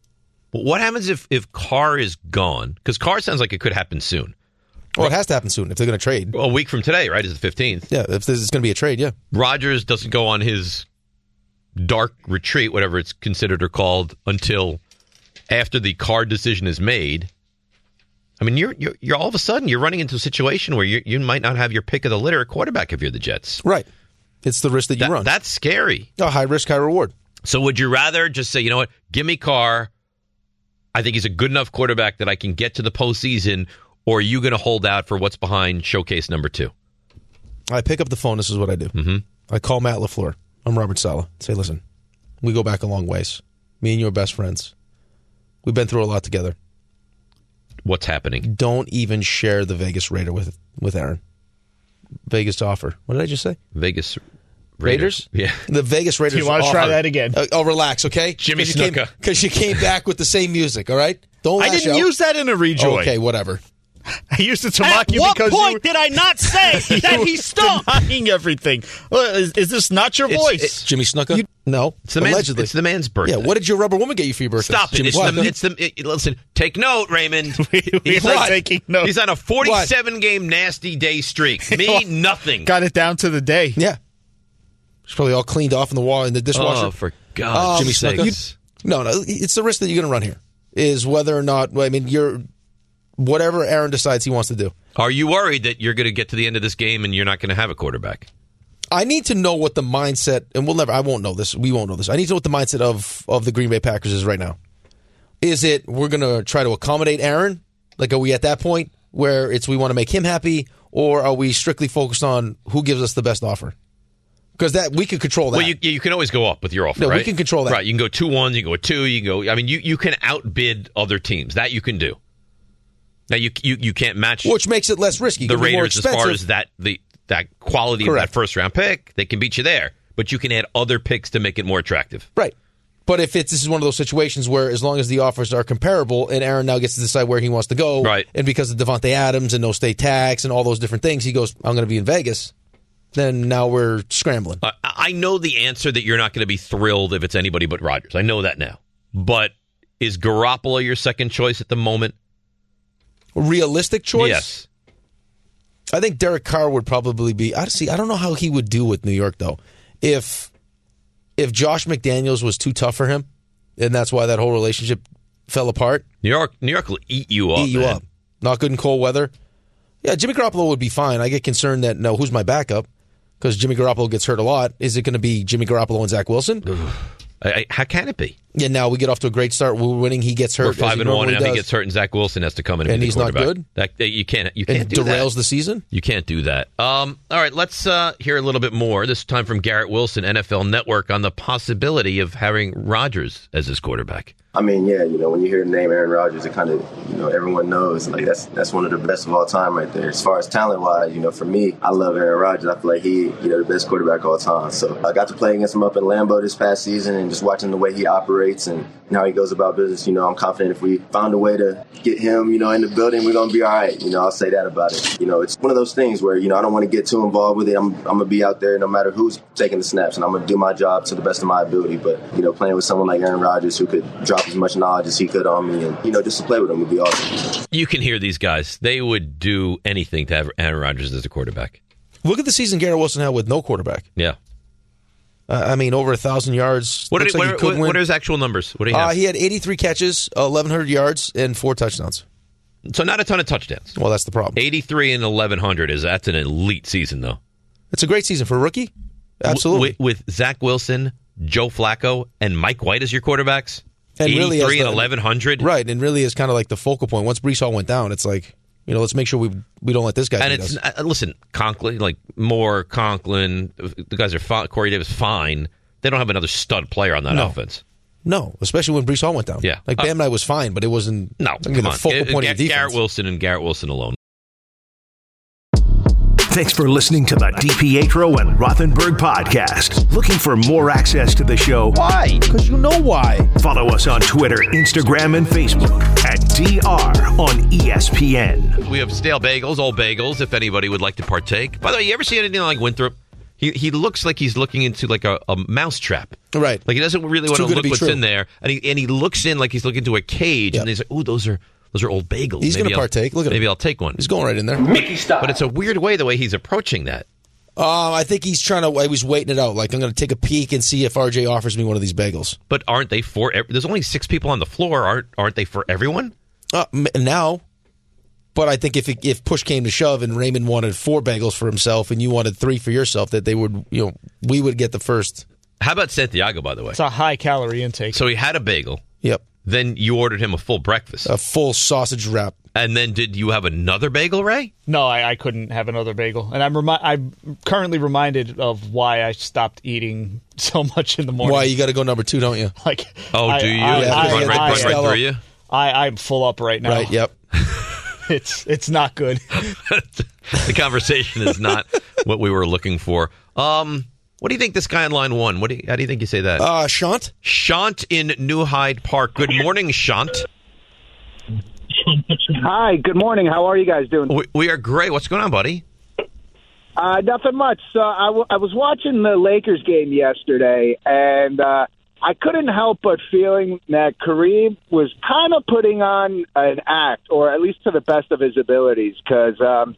[SPEAKER 4] But what happens if, if Carr is gone? Because Carr sounds like it could happen soon.
[SPEAKER 5] Well, it has to happen soon if they're going to trade.
[SPEAKER 4] A week from today, right, is the 15th.
[SPEAKER 5] Yeah, if this is going to be a trade, yeah.
[SPEAKER 4] Rogers doesn't go on his dark retreat, whatever it's considered or called, until after the card decision is made. I mean, you're, you're you're all of a sudden you're running into a situation where you you might not have your pick of the litter at quarterback if you're the Jets.
[SPEAKER 5] Right. It's the risk that you run.
[SPEAKER 4] That's scary.
[SPEAKER 5] A high risk, high reward.
[SPEAKER 4] So would you rather just say, you know what, give me Carr? I think he's a good enough quarterback that I can get to the postseason. Or are you going to hold out for what's behind showcase number two?
[SPEAKER 5] I pick up the phone. This is what I do. Mm-hmm. I call Matt LaFleur. I'm Robert Sala. Say, listen, we go back a long ways. Me and you are best friends. We've been through a lot together.
[SPEAKER 4] What's happening?
[SPEAKER 5] Don't even share the Vegas Raider with, with Aaron. Vegas offer. What did I just say?
[SPEAKER 4] Vegas
[SPEAKER 5] Raiders?
[SPEAKER 4] Yeah.
[SPEAKER 5] The Vegas Raiders.
[SPEAKER 4] Do you wanna
[SPEAKER 5] offer-
[SPEAKER 4] try that
[SPEAKER 5] again? oh, relax, okay?
[SPEAKER 4] Jimmy Snuka.
[SPEAKER 5] Because you came back with the same music, all right? Don't
[SPEAKER 15] I
[SPEAKER 5] lash
[SPEAKER 15] didn't
[SPEAKER 5] out.
[SPEAKER 15] use that in a rejoy.
[SPEAKER 5] Okay, whatever.
[SPEAKER 15] I used it to
[SPEAKER 5] At
[SPEAKER 15] mock you
[SPEAKER 5] what
[SPEAKER 15] because
[SPEAKER 5] point
[SPEAKER 15] you, did I not say
[SPEAKER 5] that he
[SPEAKER 15] stunk? Denying everything. Well, Is, is this not your voice?
[SPEAKER 5] Jimmy Snuka? no.
[SPEAKER 4] It's the man's-
[SPEAKER 5] Allegedly.
[SPEAKER 4] it's the man's birthday.
[SPEAKER 5] Yeah, what did your rubber woman get you for your birthday?
[SPEAKER 4] Stop it.
[SPEAKER 5] Jimmy
[SPEAKER 4] it's,
[SPEAKER 5] what?
[SPEAKER 4] the, it's the. it- listen, take note, Raymond. he's,
[SPEAKER 15] are
[SPEAKER 4] like-
[SPEAKER 15] taking note.
[SPEAKER 4] he's on a 47 game nasty day streak. Me, nothing.
[SPEAKER 15] Got it down to the day.
[SPEAKER 5] Yeah. It's probably all cleaned off in the wall in the dishwasher. Um,
[SPEAKER 4] Oh, for God's
[SPEAKER 5] Jimmy
[SPEAKER 4] sakes.
[SPEAKER 5] Snuka. You- No, no, it's the risk that you're going to run here is whether or not. I mean, you're whatever Aaron decides he wants to do.
[SPEAKER 4] Are you worried that you're going to get to the end of this game and you're not going to have a quarterback?
[SPEAKER 5] I need to know what the mindset, and we'll never. I won't know this. We won't know this. I need to know what the mindset of of the Green Bay Packers is right now. Is it we're going to try to accommodate Aaron? Like, are we at that point where it's we want to make him happy, or are we strictly focused on who gives us the best offer? Because that we could control that.
[SPEAKER 4] Well, you, you can always go up with your offer.
[SPEAKER 5] No, we
[SPEAKER 4] right?
[SPEAKER 5] can control that.
[SPEAKER 4] Right, you can go two ones, you can go two, you can go. I mean, you, you can outbid other teams. That you can do. Now you you, you can't match
[SPEAKER 5] which makes it less risky.
[SPEAKER 4] the
[SPEAKER 5] could be more
[SPEAKER 4] Raiders as far
[SPEAKER 5] expensive.
[SPEAKER 4] as that the that quality of that first round pick. They can beat you there, but you can add other picks to make it more attractive.
[SPEAKER 5] Right. But if it's this is one of those situations where as long as the offers are comparable and Aaron now gets to decide where he wants to go, right. and because of Devontae Adams and no state tax and all those different things, he goes, I'm going to be in Vegas. Then now we're scrambling.
[SPEAKER 4] I- I know the answer that you're not going to be thrilled if it's anybody but Rodgers. I know that now. But is Garoppolo your second choice at the moment?
[SPEAKER 5] Realistic choice.
[SPEAKER 4] Yes.
[SPEAKER 5] I think Derek Carr would probably be. I see. I don't know how he would do with New York though. If if Josh McDaniels was too tough for him, and that's why that whole relationship fell apart.
[SPEAKER 4] New York, New York will eat you up.
[SPEAKER 5] Eat you
[SPEAKER 4] man.
[SPEAKER 5] up. Not good in cold weather. Yeah, Jimmy Garoppolo would be fine. I get concerned that no, who's my backup? because Jimmy Garoppolo gets hurt a lot. Is it going to be Jimmy Garoppolo and Zach Wilson?
[SPEAKER 4] how can it be?
[SPEAKER 5] Yeah, now we get off to a great start. We're winning. He gets hurt.
[SPEAKER 4] We're
[SPEAKER 5] as
[SPEAKER 4] five
[SPEAKER 5] he
[SPEAKER 4] and one,
[SPEAKER 5] normally
[SPEAKER 4] and if he
[SPEAKER 5] does.
[SPEAKER 4] gets hurt, and Zach Wilson has to come in,
[SPEAKER 5] And
[SPEAKER 4] be the
[SPEAKER 5] he's not
[SPEAKER 4] quarterback.
[SPEAKER 5] good?
[SPEAKER 4] That, that- you can't. You can't
[SPEAKER 5] And
[SPEAKER 4] do that.
[SPEAKER 5] derails the season.
[SPEAKER 4] You can't do that. Um, all right, let's uh, hear a little bit more. This time from Garrett Wilson, NFL Network, on the possibility of having Rodgers as his quarterback.
[SPEAKER 17] I mean, yeah, you know, when you hear the name Aaron Rodgers, it kind of, you know, everyone knows like that's that's one of the best of all time right there. As far as talent wise, you know, for me, I love Aaron Rodgers. I feel like he, you know, the best quarterback of all time. So I got to play against him up in Lambeau this past season, and just watching the way he operates and how he goes about business, you know, I'm confident if we found a way to get him, you know, in the building, we're gonna be all right. You know, I'll say that about it. You know, it's one of those things where you know I don't want to get too involved with it. I'm I'm gonna be out there no matter who's taking the snaps, and I'm gonna do my job to the best of my ability. But you know, playing with someone like Aaron Rodgers who could drop as much knowledge as he could on me, and you know, just to play with him would be awesome.
[SPEAKER 4] You can hear these guys; they would do anything to have Aaron Rodgers as a quarterback.
[SPEAKER 5] Look at the season Garrett Wilson had with no quarterback.
[SPEAKER 4] Yeah.
[SPEAKER 5] Uh, I mean, over a thousand yards.
[SPEAKER 4] What, did,
[SPEAKER 5] Looks like he
[SPEAKER 4] what,
[SPEAKER 5] could
[SPEAKER 4] what,
[SPEAKER 5] win.
[SPEAKER 4] what are his actual numbers? What do you have?
[SPEAKER 5] Uh, he had 83 catches, 1,100 yards, and four touchdowns.
[SPEAKER 4] so not a ton of touchdowns.
[SPEAKER 5] Well, that's the problem.
[SPEAKER 4] Eighty-three and eleven hundred is that's an elite season, though.
[SPEAKER 5] It's a great season for a rookie. Absolutely.
[SPEAKER 4] W- with, with Zach Wilson, Joe Flacco, and Mike White as your quarterbacks.
[SPEAKER 5] And really as
[SPEAKER 4] 83 and
[SPEAKER 5] the-
[SPEAKER 4] 1100.
[SPEAKER 5] Right, and really is kind of like the focal point. Once Brees Hall went down, it's like, you know, let's make sure we we don't let this guy
[SPEAKER 4] And
[SPEAKER 5] beat
[SPEAKER 4] it's
[SPEAKER 5] us.
[SPEAKER 4] uh, listen, Conklin, like Moore, Conklin, the guys are fine. Corey Davis, fine. They don't have another stud player on that
[SPEAKER 5] No.
[SPEAKER 4] offense.
[SPEAKER 5] No, especially when Brees Hall went down.
[SPEAKER 4] Yeah.
[SPEAKER 5] Like, Bam Knight was fine, but it wasn't
[SPEAKER 4] No,
[SPEAKER 5] I mean,
[SPEAKER 4] come
[SPEAKER 5] the
[SPEAKER 4] on.
[SPEAKER 5] focal
[SPEAKER 4] Uh,
[SPEAKER 5] point
[SPEAKER 4] Gar-
[SPEAKER 5] of the defense.
[SPEAKER 4] Garrett Wilson and Garrett Wilson alone.
[SPEAKER 1] Thanks for listening to the DPetro and Rothenberg podcast. Looking for more access to the show? Why? Because you know why. Follow us on Twitter, Instagram, and Facebook at DR on E ESPN.
[SPEAKER 4] We have stale bagels, old bagels. If anybody would like to partake, by the way, you ever see anything like Winthrop? He he looks like he's looking into like a, a mouse trap.
[SPEAKER 5] Right.
[SPEAKER 4] Like he doesn't really
[SPEAKER 5] It's
[SPEAKER 4] want to
[SPEAKER 5] too good to
[SPEAKER 4] look
[SPEAKER 5] be
[SPEAKER 4] what's
[SPEAKER 5] true.
[SPEAKER 4] in there, and he and he looks in like he's looking into a cage, and he's like, "Ooh, those are those are old bagels."
[SPEAKER 5] He's
[SPEAKER 4] Maybe
[SPEAKER 5] gonna
[SPEAKER 4] I'll-
[SPEAKER 5] partake. Look at him.
[SPEAKER 4] maybe I'll take one.
[SPEAKER 5] He's going right in there.
[SPEAKER 4] Mickey style. But it's a weird way the way he's approaching that.
[SPEAKER 5] Um, I think he's trying to, he was waiting it out. Like, I'm going to take a peek and see if RJ offers me one of these bagels.
[SPEAKER 4] But aren't they for? ev- There's only six people on the floor. Aren't aren't they for everyone?
[SPEAKER 5] Uh, m- now, but I think if it, if push came to shove and Raymond wanted four bagels for himself and you wanted three for yourself, that they would, you know, we would get the first.
[SPEAKER 4] How about Santiago? By the way,
[SPEAKER 15] It's a high calorie intake.
[SPEAKER 4] so he had a bagel.
[SPEAKER 5] Yep.
[SPEAKER 4] Then you ordered him a full breakfast,
[SPEAKER 5] a full sausage wrap.
[SPEAKER 4] and then did you have another bagel, Ray?
[SPEAKER 15] No, I, I couldn't have another bagel, and I'm remi- I'm currently reminded of why I stopped eating so much in the morning.
[SPEAKER 5] Why you got to go number two, don't you?
[SPEAKER 15] Like,
[SPEAKER 4] Oh, do you?
[SPEAKER 15] I,
[SPEAKER 4] Yeah,
[SPEAKER 15] I,
[SPEAKER 4] run right-
[SPEAKER 15] I-
[SPEAKER 4] run right through you?
[SPEAKER 15] I, I'm full up right now.
[SPEAKER 5] Right. Yep.
[SPEAKER 15] It's it's not good.
[SPEAKER 4] the conversation is not what we were looking for. Um, what do you think this guy in line one? What do you, how do you think you say that?
[SPEAKER 5] Uh, Shant.
[SPEAKER 4] Shant in New Hyde Park. Good morning, Shant.
[SPEAKER 18] Hi, good morning. How are you guys doing?
[SPEAKER 4] We, we are great. What's going on, buddy?
[SPEAKER 18] Uh, nothing much. So I, w- I was watching the Lakers game yesterday, and uh, I couldn't help but feeling that Kareem was kind of putting on an act, or at least to the best of his abilities, because um,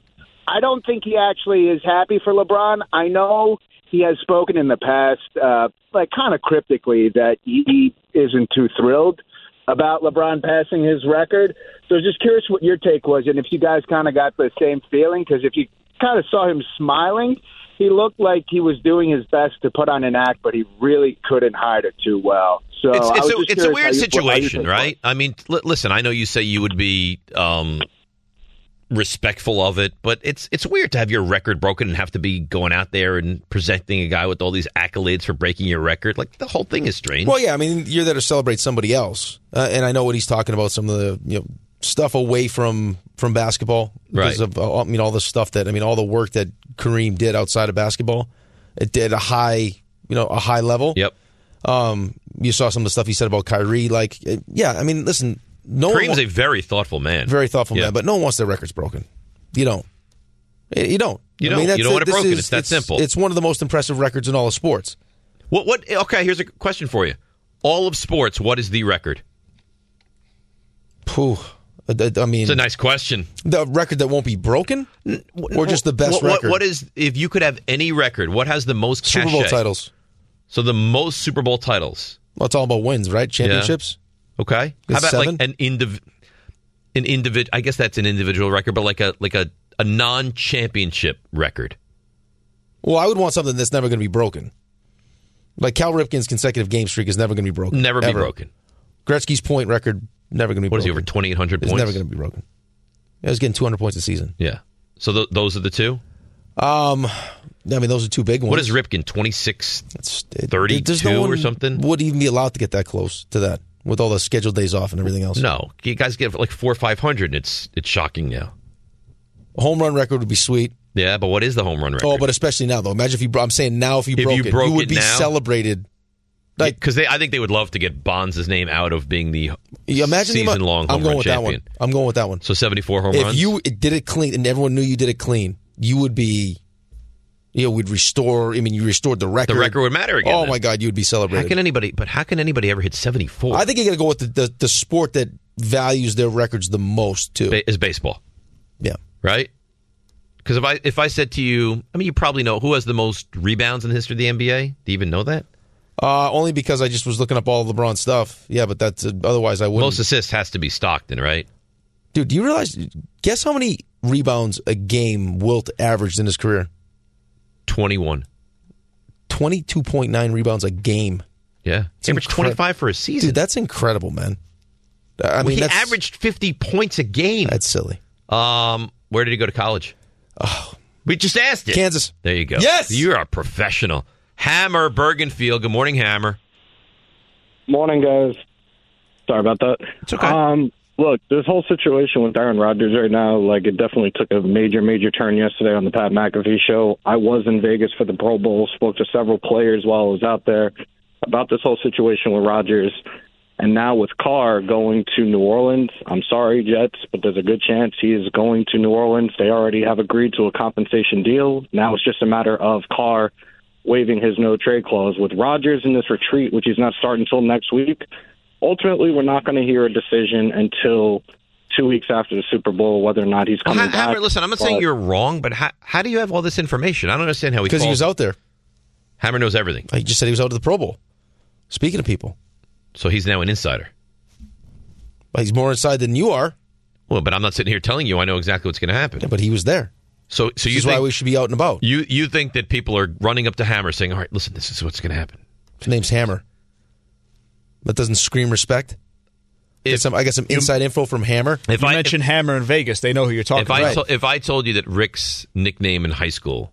[SPEAKER 18] I don't think he actually is happy for LeBron. I know he has spoken in the past, uh, like kind of cryptically, that he, he isn't too thrilled about LeBron passing his record. So just curious what your take was, and if you guys kind of got the same feeling, because if you kind of saw him smiling, he looked like he was doing his best to put on an act, but he really couldn't hide it too well. So
[SPEAKER 4] It's,
[SPEAKER 18] I
[SPEAKER 4] it's,
[SPEAKER 18] was
[SPEAKER 4] a,
[SPEAKER 18] just
[SPEAKER 4] it's a weird
[SPEAKER 18] curious how you- what- how you
[SPEAKER 4] situation,
[SPEAKER 18] think
[SPEAKER 4] right? I mean, l- listen, I know you say you would be um, respectful of it, but it's it's weird to have your record broken and have to be going out there and presenting a guy with all these accolades for breaking your record. Like the whole thing is strange.
[SPEAKER 5] Well, yeah. I mean, you're there to celebrate somebody else, uh, and I know what he's talking about. Some of the you know stuff away from from basketball, because
[SPEAKER 4] Right.
[SPEAKER 5] Of, uh, I mean, all the stuff that I mean, all the work that Kareem did outside of basketball, it did a high, you know, a high level.
[SPEAKER 4] Yep.
[SPEAKER 5] Um, you saw some of the stuff he said about Kyrie. Like, uh, yeah. I mean, listen, no. one
[SPEAKER 4] Kareem's
[SPEAKER 5] wa-
[SPEAKER 4] a very thoughtful man.
[SPEAKER 5] Very thoughtful
[SPEAKER 4] Yeah.
[SPEAKER 5] man, but no one wants their records broken. You don't. Eh, You don't.
[SPEAKER 4] You don't. You don't want it
[SPEAKER 5] this
[SPEAKER 4] broken. It's that simple.
[SPEAKER 5] It's one of the most impressive records in all of sports.
[SPEAKER 4] What? What? Okay, here's a question for you. All of sports, what is the record?
[SPEAKER 5] Pooh. I I mean,
[SPEAKER 4] It's a nice question.
[SPEAKER 5] the record that won't be broken, or just the best
[SPEAKER 4] What- what-
[SPEAKER 5] record.
[SPEAKER 4] What is if you could have any record? What has the most
[SPEAKER 5] Super Bowl
[SPEAKER 4] cachet?
[SPEAKER 5] titles.
[SPEAKER 4] So the most Super Bowl titles.
[SPEAKER 5] Well, it's all about wins, right? Championships.
[SPEAKER 4] Okay. How
[SPEAKER 5] It's
[SPEAKER 4] about
[SPEAKER 5] seven?
[SPEAKER 4] like an indiv an individ I guess that's an individual record, but like a like a, a non championship record.
[SPEAKER 5] Well, I would want something that's never going to be broken. Like Cal Ripken's consecutive game streak is never going to be broken.
[SPEAKER 4] Never be
[SPEAKER 5] Ever.
[SPEAKER 4] broken.
[SPEAKER 5] Gretzky's point record never going to be.
[SPEAKER 4] What is he
[SPEAKER 5] broken.
[SPEAKER 4] over twenty eight hundred
[SPEAKER 5] It's
[SPEAKER 4] points?
[SPEAKER 5] never going to be broken. I was getting 200 points a season.
[SPEAKER 4] Yeah. So th- those are the two.
[SPEAKER 5] Um, I mean, those are two big ones.
[SPEAKER 4] What is Ripken? 26, 32
[SPEAKER 5] There's no one
[SPEAKER 4] or something?
[SPEAKER 5] Would even be allowed to get that close to that with all the scheduled days off and everything else.
[SPEAKER 4] No, you guys get like four or five hundred. and It's it's shocking now.
[SPEAKER 5] Home run record would be sweet.
[SPEAKER 4] Yeah, but what is the home run record?
[SPEAKER 5] Oh, but especially now though. Imagine if you. bro- I'm saying now if you
[SPEAKER 4] If
[SPEAKER 5] broke
[SPEAKER 4] you
[SPEAKER 5] it,
[SPEAKER 4] broke
[SPEAKER 5] you would
[SPEAKER 4] it
[SPEAKER 5] be
[SPEAKER 4] now?
[SPEAKER 5] celebrated. Like
[SPEAKER 4] because I think they would love to get Bonds' name out of being the
[SPEAKER 5] you imagine the amount-
[SPEAKER 4] season long home
[SPEAKER 5] I'm going
[SPEAKER 4] run
[SPEAKER 5] with
[SPEAKER 4] champion.
[SPEAKER 5] that one. I'm going with that one.
[SPEAKER 4] So seventy four home
[SPEAKER 5] if
[SPEAKER 4] runs.
[SPEAKER 5] you did it clean and everyone knew you did it clean, you would be. You know, we'd restore. I mean, you restored the record.
[SPEAKER 4] the record would matter again.
[SPEAKER 5] Oh
[SPEAKER 4] then.
[SPEAKER 5] my God, you'd be
[SPEAKER 4] How
[SPEAKER 5] celebrated.
[SPEAKER 4] can anybody? But how can anybody ever hit seventy four?
[SPEAKER 5] I think you got to go with the, the the sport that values their records the most too.
[SPEAKER 4] Is baseball.
[SPEAKER 5] Yeah.
[SPEAKER 4] right? Because if I if I said to you, I mean, you probably know who has the most rebounds in the history of the NBA. Do you even know that?
[SPEAKER 5] Uh, only because I just was looking up all LeBron stuff. Yeah, but that's otherwise I wouldn't.
[SPEAKER 4] Most assists has to be Stockton, right?
[SPEAKER 5] Dude, do you realize? Guess how many rebounds a game Wilt averaged in his career?
[SPEAKER 4] Twenty one.
[SPEAKER 5] Twenty two point nine rebounds a game.
[SPEAKER 4] Yeah,
[SPEAKER 5] It's
[SPEAKER 4] he averaged
[SPEAKER 5] incre-
[SPEAKER 4] twenty five for a season.
[SPEAKER 5] Dude, that's incredible, man. I
[SPEAKER 4] Well,
[SPEAKER 5] mean,
[SPEAKER 4] he
[SPEAKER 5] that's,
[SPEAKER 4] averaged fifty points a game.
[SPEAKER 5] That's silly.
[SPEAKER 4] Um, where did he go to college? Oh, we just asked it.
[SPEAKER 5] Kansas.
[SPEAKER 4] There you go.
[SPEAKER 5] Yes!
[SPEAKER 4] you're a professional. Hammer Bergenfield. Good morning, Hammer.
[SPEAKER 19] Morning, guys. Sorry about that. It's okay. Um, look, this whole situation with Aaron Rodgers right now, like it definitely took a major, major turn yesterday on the Pat McAfee show. I was in Vegas for the Pro Bowl, spoke to several players while I was out there about this whole situation with Rodgers. And now with Carr going to New Orleans, I'm sorry, Jets, but there's a good chance he is going to New Orleans. They already have agreed to a compensation deal. Now it's just a matter of Carr waiving his no trade clause. With Rodgers in this retreat, which he's not starting until next week, ultimately we're not going to hear a decision until two weeks after the Super Bowl whether or not he's coming
[SPEAKER 4] Ha-
[SPEAKER 19] back.
[SPEAKER 4] Hammer, listen, I'm not saying
[SPEAKER 19] But-
[SPEAKER 4] you're wrong, but how, how do you have all this information? I don't understand how he
[SPEAKER 5] Because he
[SPEAKER 4] calls-
[SPEAKER 5] was out there.
[SPEAKER 4] Hammer knows everything,
[SPEAKER 5] I just said he was out to the Pro Bowl. Speaking of people,
[SPEAKER 4] so he's now an insider.
[SPEAKER 5] Well, he's more inside than you are.
[SPEAKER 4] Well, but I'm not sitting here telling you I know exactly what's going to happen.
[SPEAKER 5] but he was there.
[SPEAKER 4] So, so
[SPEAKER 5] Which
[SPEAKER 4] you
[SPEAKER 5] is
[SPEAKER 4] think
[SPEAKER 5] why we should be out and about.
[SPEAKER 4] you you think that people are running up to Hammer saying, "All right, listen, this is what's going to happen."
[SPEAKER 5] His name's Hammer. That doesn't scream respect. Get some- I got some inside info from Hammer.
[SPEAKER 4] If
[SPEAKER 15] you mention Hammer in Vegas, they know who you're talking
[SPEAKER 4] If I
[SPEAKER 15] about.
[SPEAKER 4] to- if I told you that Rick's nickname in high school,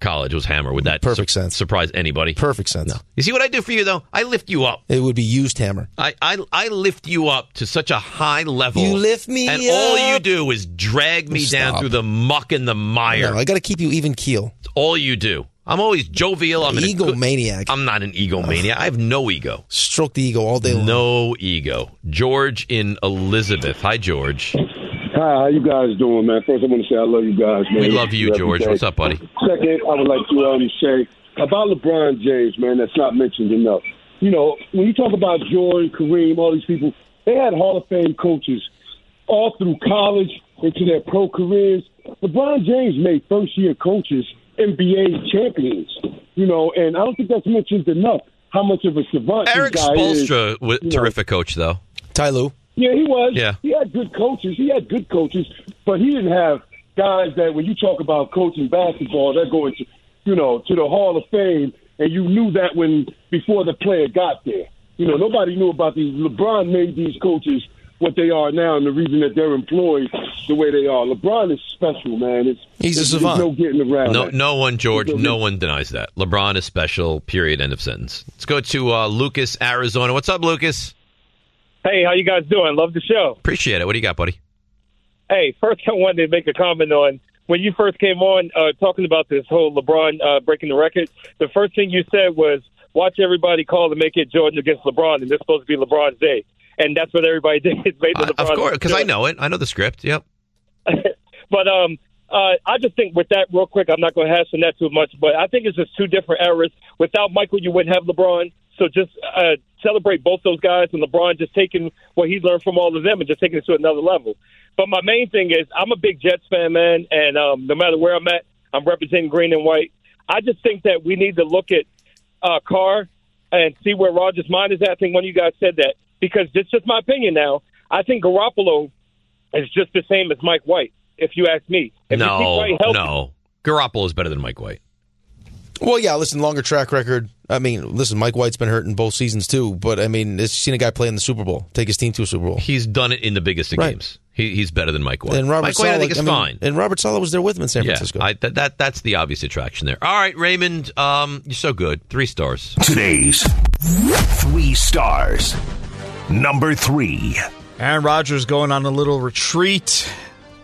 [SPEAKER 4] college was Hammer, would that perfect sense surprise anybody?
[SPEAKER 5] Perfect sense.
[SPEAKER 4] You see what I do for you though? I lift you up.
[SPEAKER 5] It would be used Hammer.
[SPEAKER 4] I, I I lift you up to such a high level.
[SPEAKER 5] You lift me
[SPEAKER 4] and all
[SPEAKER 5] up.
[SPEAKER 4] you do is drag me down
[SPEAKER 5] Stop.
[SPEAKER 4] through the muck and the mire.
[SPEAKER 5] No, I got to keep you even keel.
[SPEAKER 4] It's all you do. I'm always jovial. I'm an
[SPEAKER 5] egomaniac.
[SPEAKER 4] I'm not an egomaniac. I have no ego.
[SPEAKER 5] Stroke the ego all day long.
[SPEAKER 4] No ego. George in Elizabeth. Hi, George.
[SPEAKER 20] Hi, how you guys doing, man? First, I want to say I love you guys, man.
[SPEAKER 4] We love you,
[SPEAKER 20] Every
[SPEAKER 4] George.
[SPEAKER 20] day.
[SPEAKER 4] What's up, buddy?
[SPEAKER 20] Second, I would like to um, say about LeBron James, man, that's not mentioned enough. You know, when you talk about Jordan, Kareem, all these people, they had Hall of Fame coaches all through college into their pro careers. LeBron James made first year coaches NBA champions, you know, and I don't think that's mentioned enough how much of a savant
[SPEAKER 4] Eric
[SPEAKER 20] this guy is.
[SPEAKER 4] Spolstra, w-
[SPEAKER 20] you know.
[SPEAKER 4] terrific coach, though.
[SPEAKER 5] Ty Lue.
[SPEAKER 20] Yeah, he was.
[SPEAKER 4] Yeah.
[SPEAKER 20] He had good coaches. He had good coaches, but he didn't have guys that when you talk about coaching basketball, they're going to, you know, to the Hall of Fame, and you knew that when before the player got there. You know, nobody knew about these. LeBron made these coaches what they are now, and the reason that they're employed the way they are. LeBron is special, man. It's
[SPEAKER 5] he's
[SPEAKER 20] a
[SPEAKER 5] savant.
[SPEAKER 20] No getting around.
[SPEAKER 4] No,
[SPEAKER 20] that.
[SPEAKER 4] no one, George. No one denies that. LeBron is special. Period. End of sentence. Let's go to uh, Lucas, Arizona. What's up, Lucas?
[SPEAKER 21] Hey, how you guys doing? Love the show.
[SPEAKER 4] Appreciate it. What do you got, buddy?
[SPEAKER 21] Hey, first I wanted to make a comment on when you first came on uh, talking about this whole LeBron uh, breaking the record. The first thing you said was, "Watch everybody call to make it Jordan against LeBron," and this is supposed to be LeBron's day, and that's what everybody did. made the
[SPEAKER 4] Of
[SPEAKER 21] LeBron
[SPEAKER 4] course, because I
[SPEAKER 21] Jordan.
[SPEAKER 4] know it. I know the script. Yep.
[SPEAKER 21] But um, uh, I just think with that, real quick, I'm not going to hash on that too much. But I think it's just two different eras. Without Michael, you wouldn't have LeBron. So just uh, celebrate both those guys and LeBron just taking what he learned from all of them and just taking it to another level. But my main thing is I'm a big Jets fan, man, and um, no matter where I'm at, I'm representing green and white. I just think that we need to look at uh, Carr and see where Rogers' mind is at. I think one of you guys said that because it's just my opinion now. I think Garoppolo it's just the same as Mike White, if you ask me. If you keep
[SPEAKER 4] no,
[SPEAKER 21] White healthy,
[SPEAKER 4] no. Garoppolo is better than Mike White.
[SPEAKER 5] Well, yeah, listen, longer track record. I mean, listen, Mike White's been hurting both seasons too, but I mean, it's seen a guy play in the Super Bowl, take his team to a Super Bowl.
[SPEAKER 4] He's done it in the biggest of games. He, he's better than Mike White.
[SPEAKER 5] And Robert
[SPEAKER 4] Mike White, I
[SPEAKER 5] Saleh,
[SPEAKER 4] think, is
[SPEAKER 5] mean,
[SPEAKER 4] fine.
[SPEAKER 5] And Robert Sala was there with him in San
[SPEAKER 4] yeah,
[SPEAKER 5] Francisco.
[SPEAKER 4] I, that, that that's the obvious attraction there. All right, Raymond, um, you're so good. Three stars.
[SPEAKER 1] Today's three stars. Number three.
[SPEAKER 15] Aaron Rodgers going on a little retreat,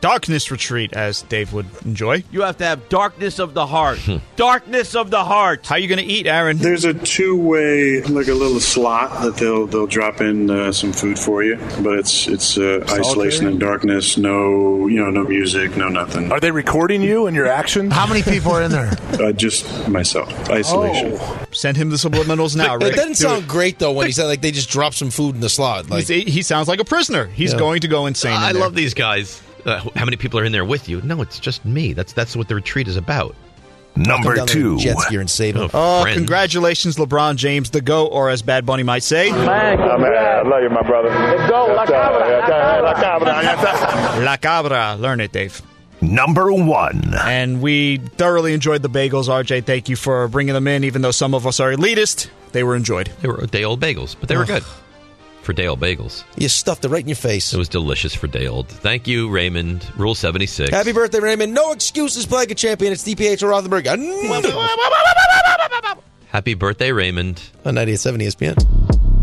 [SPEAKER 15] darkness retreat, as Dave would enjoy.
[SPEAKER 3] You have to have darkness of the heart.
[SPEAKER 1] Hmm.
[SPEAKER 3] darkness of the heart.
[SPEAKER 15] How you going to eat, Aaron?
[SPEAKER 6] There's a two-way, like a little slot that they'll they'll drop in uh, some food for you, but it's it's uh, isolation and darkness. No, you know, no music, no nothing.
[SPEAKER 22] Are they recording you and your actions? How many people are in there?
[SPEAKER 6] Uh, just myself, isolation.
[SPEAKER 22] Oh.
[SPEAKER 15] Send him the subliminals now,
[SPEAKER 5] It
[SPEAKER 15] Rick.
[SPEAKER 5] doesn't
[SPEAKER 15] Do
[SPEAKER 5] sound
[SPEAKER 15] it.
[SPEAKER 5] great though when he said like they just dropped some food in the slot. Like
[SPEAKER 15] He's- he sounds like a prisoner. He's
[SPEAKER 5] Yeah.
[SPEAKER 15] going to go insane. in
[SPEAKER 4] I
[SPEAKER 15] there.
[SPEAKER 4] love these guys. Uh, how many people are in there with you? No, it's just me. That's that's what the retreat is about.
[SPEAKER 5] Come down there
[SPEAKER 15] Number
[SPEAKER 5] in a two. jet ski and save him.
[SPEAKER 15] Oh,
[SPEAKER 4] friend.
[SPEAKER 15] congratulations, LeBron James, the GOAT, or as Bad Bunny might say,
[SPEAKER 22] Oh, man, I love you, my brother. Let's go, La Cabra. La Cabra.
[SPEAKER 15] La Cabra. Learn it, Dave.
[SPEAKER 1] Number one.
[SPEAKER 15] And we thoroughly enjoyed the bagels, RJ. Thank you for bringing them in, even though some of us are elitist. They were enjoyed.
[SPEAKER 4] They were day old bagels, but they were good for day old bagels.
[SPEAKER 5] You stuffed it right in your face.
[SPEAKER 4] It was delicious for day old. Thank you, Raymond. Rule seventy six.
[SPEAKER 5] Happy birthday, Raymond. No excuses, Plague of Champion. It's DPH or Rothenberg.
[SPEAKER 4] Happy birthday, Raymond.
[SPEAKER 5] On 98.7 ESPN.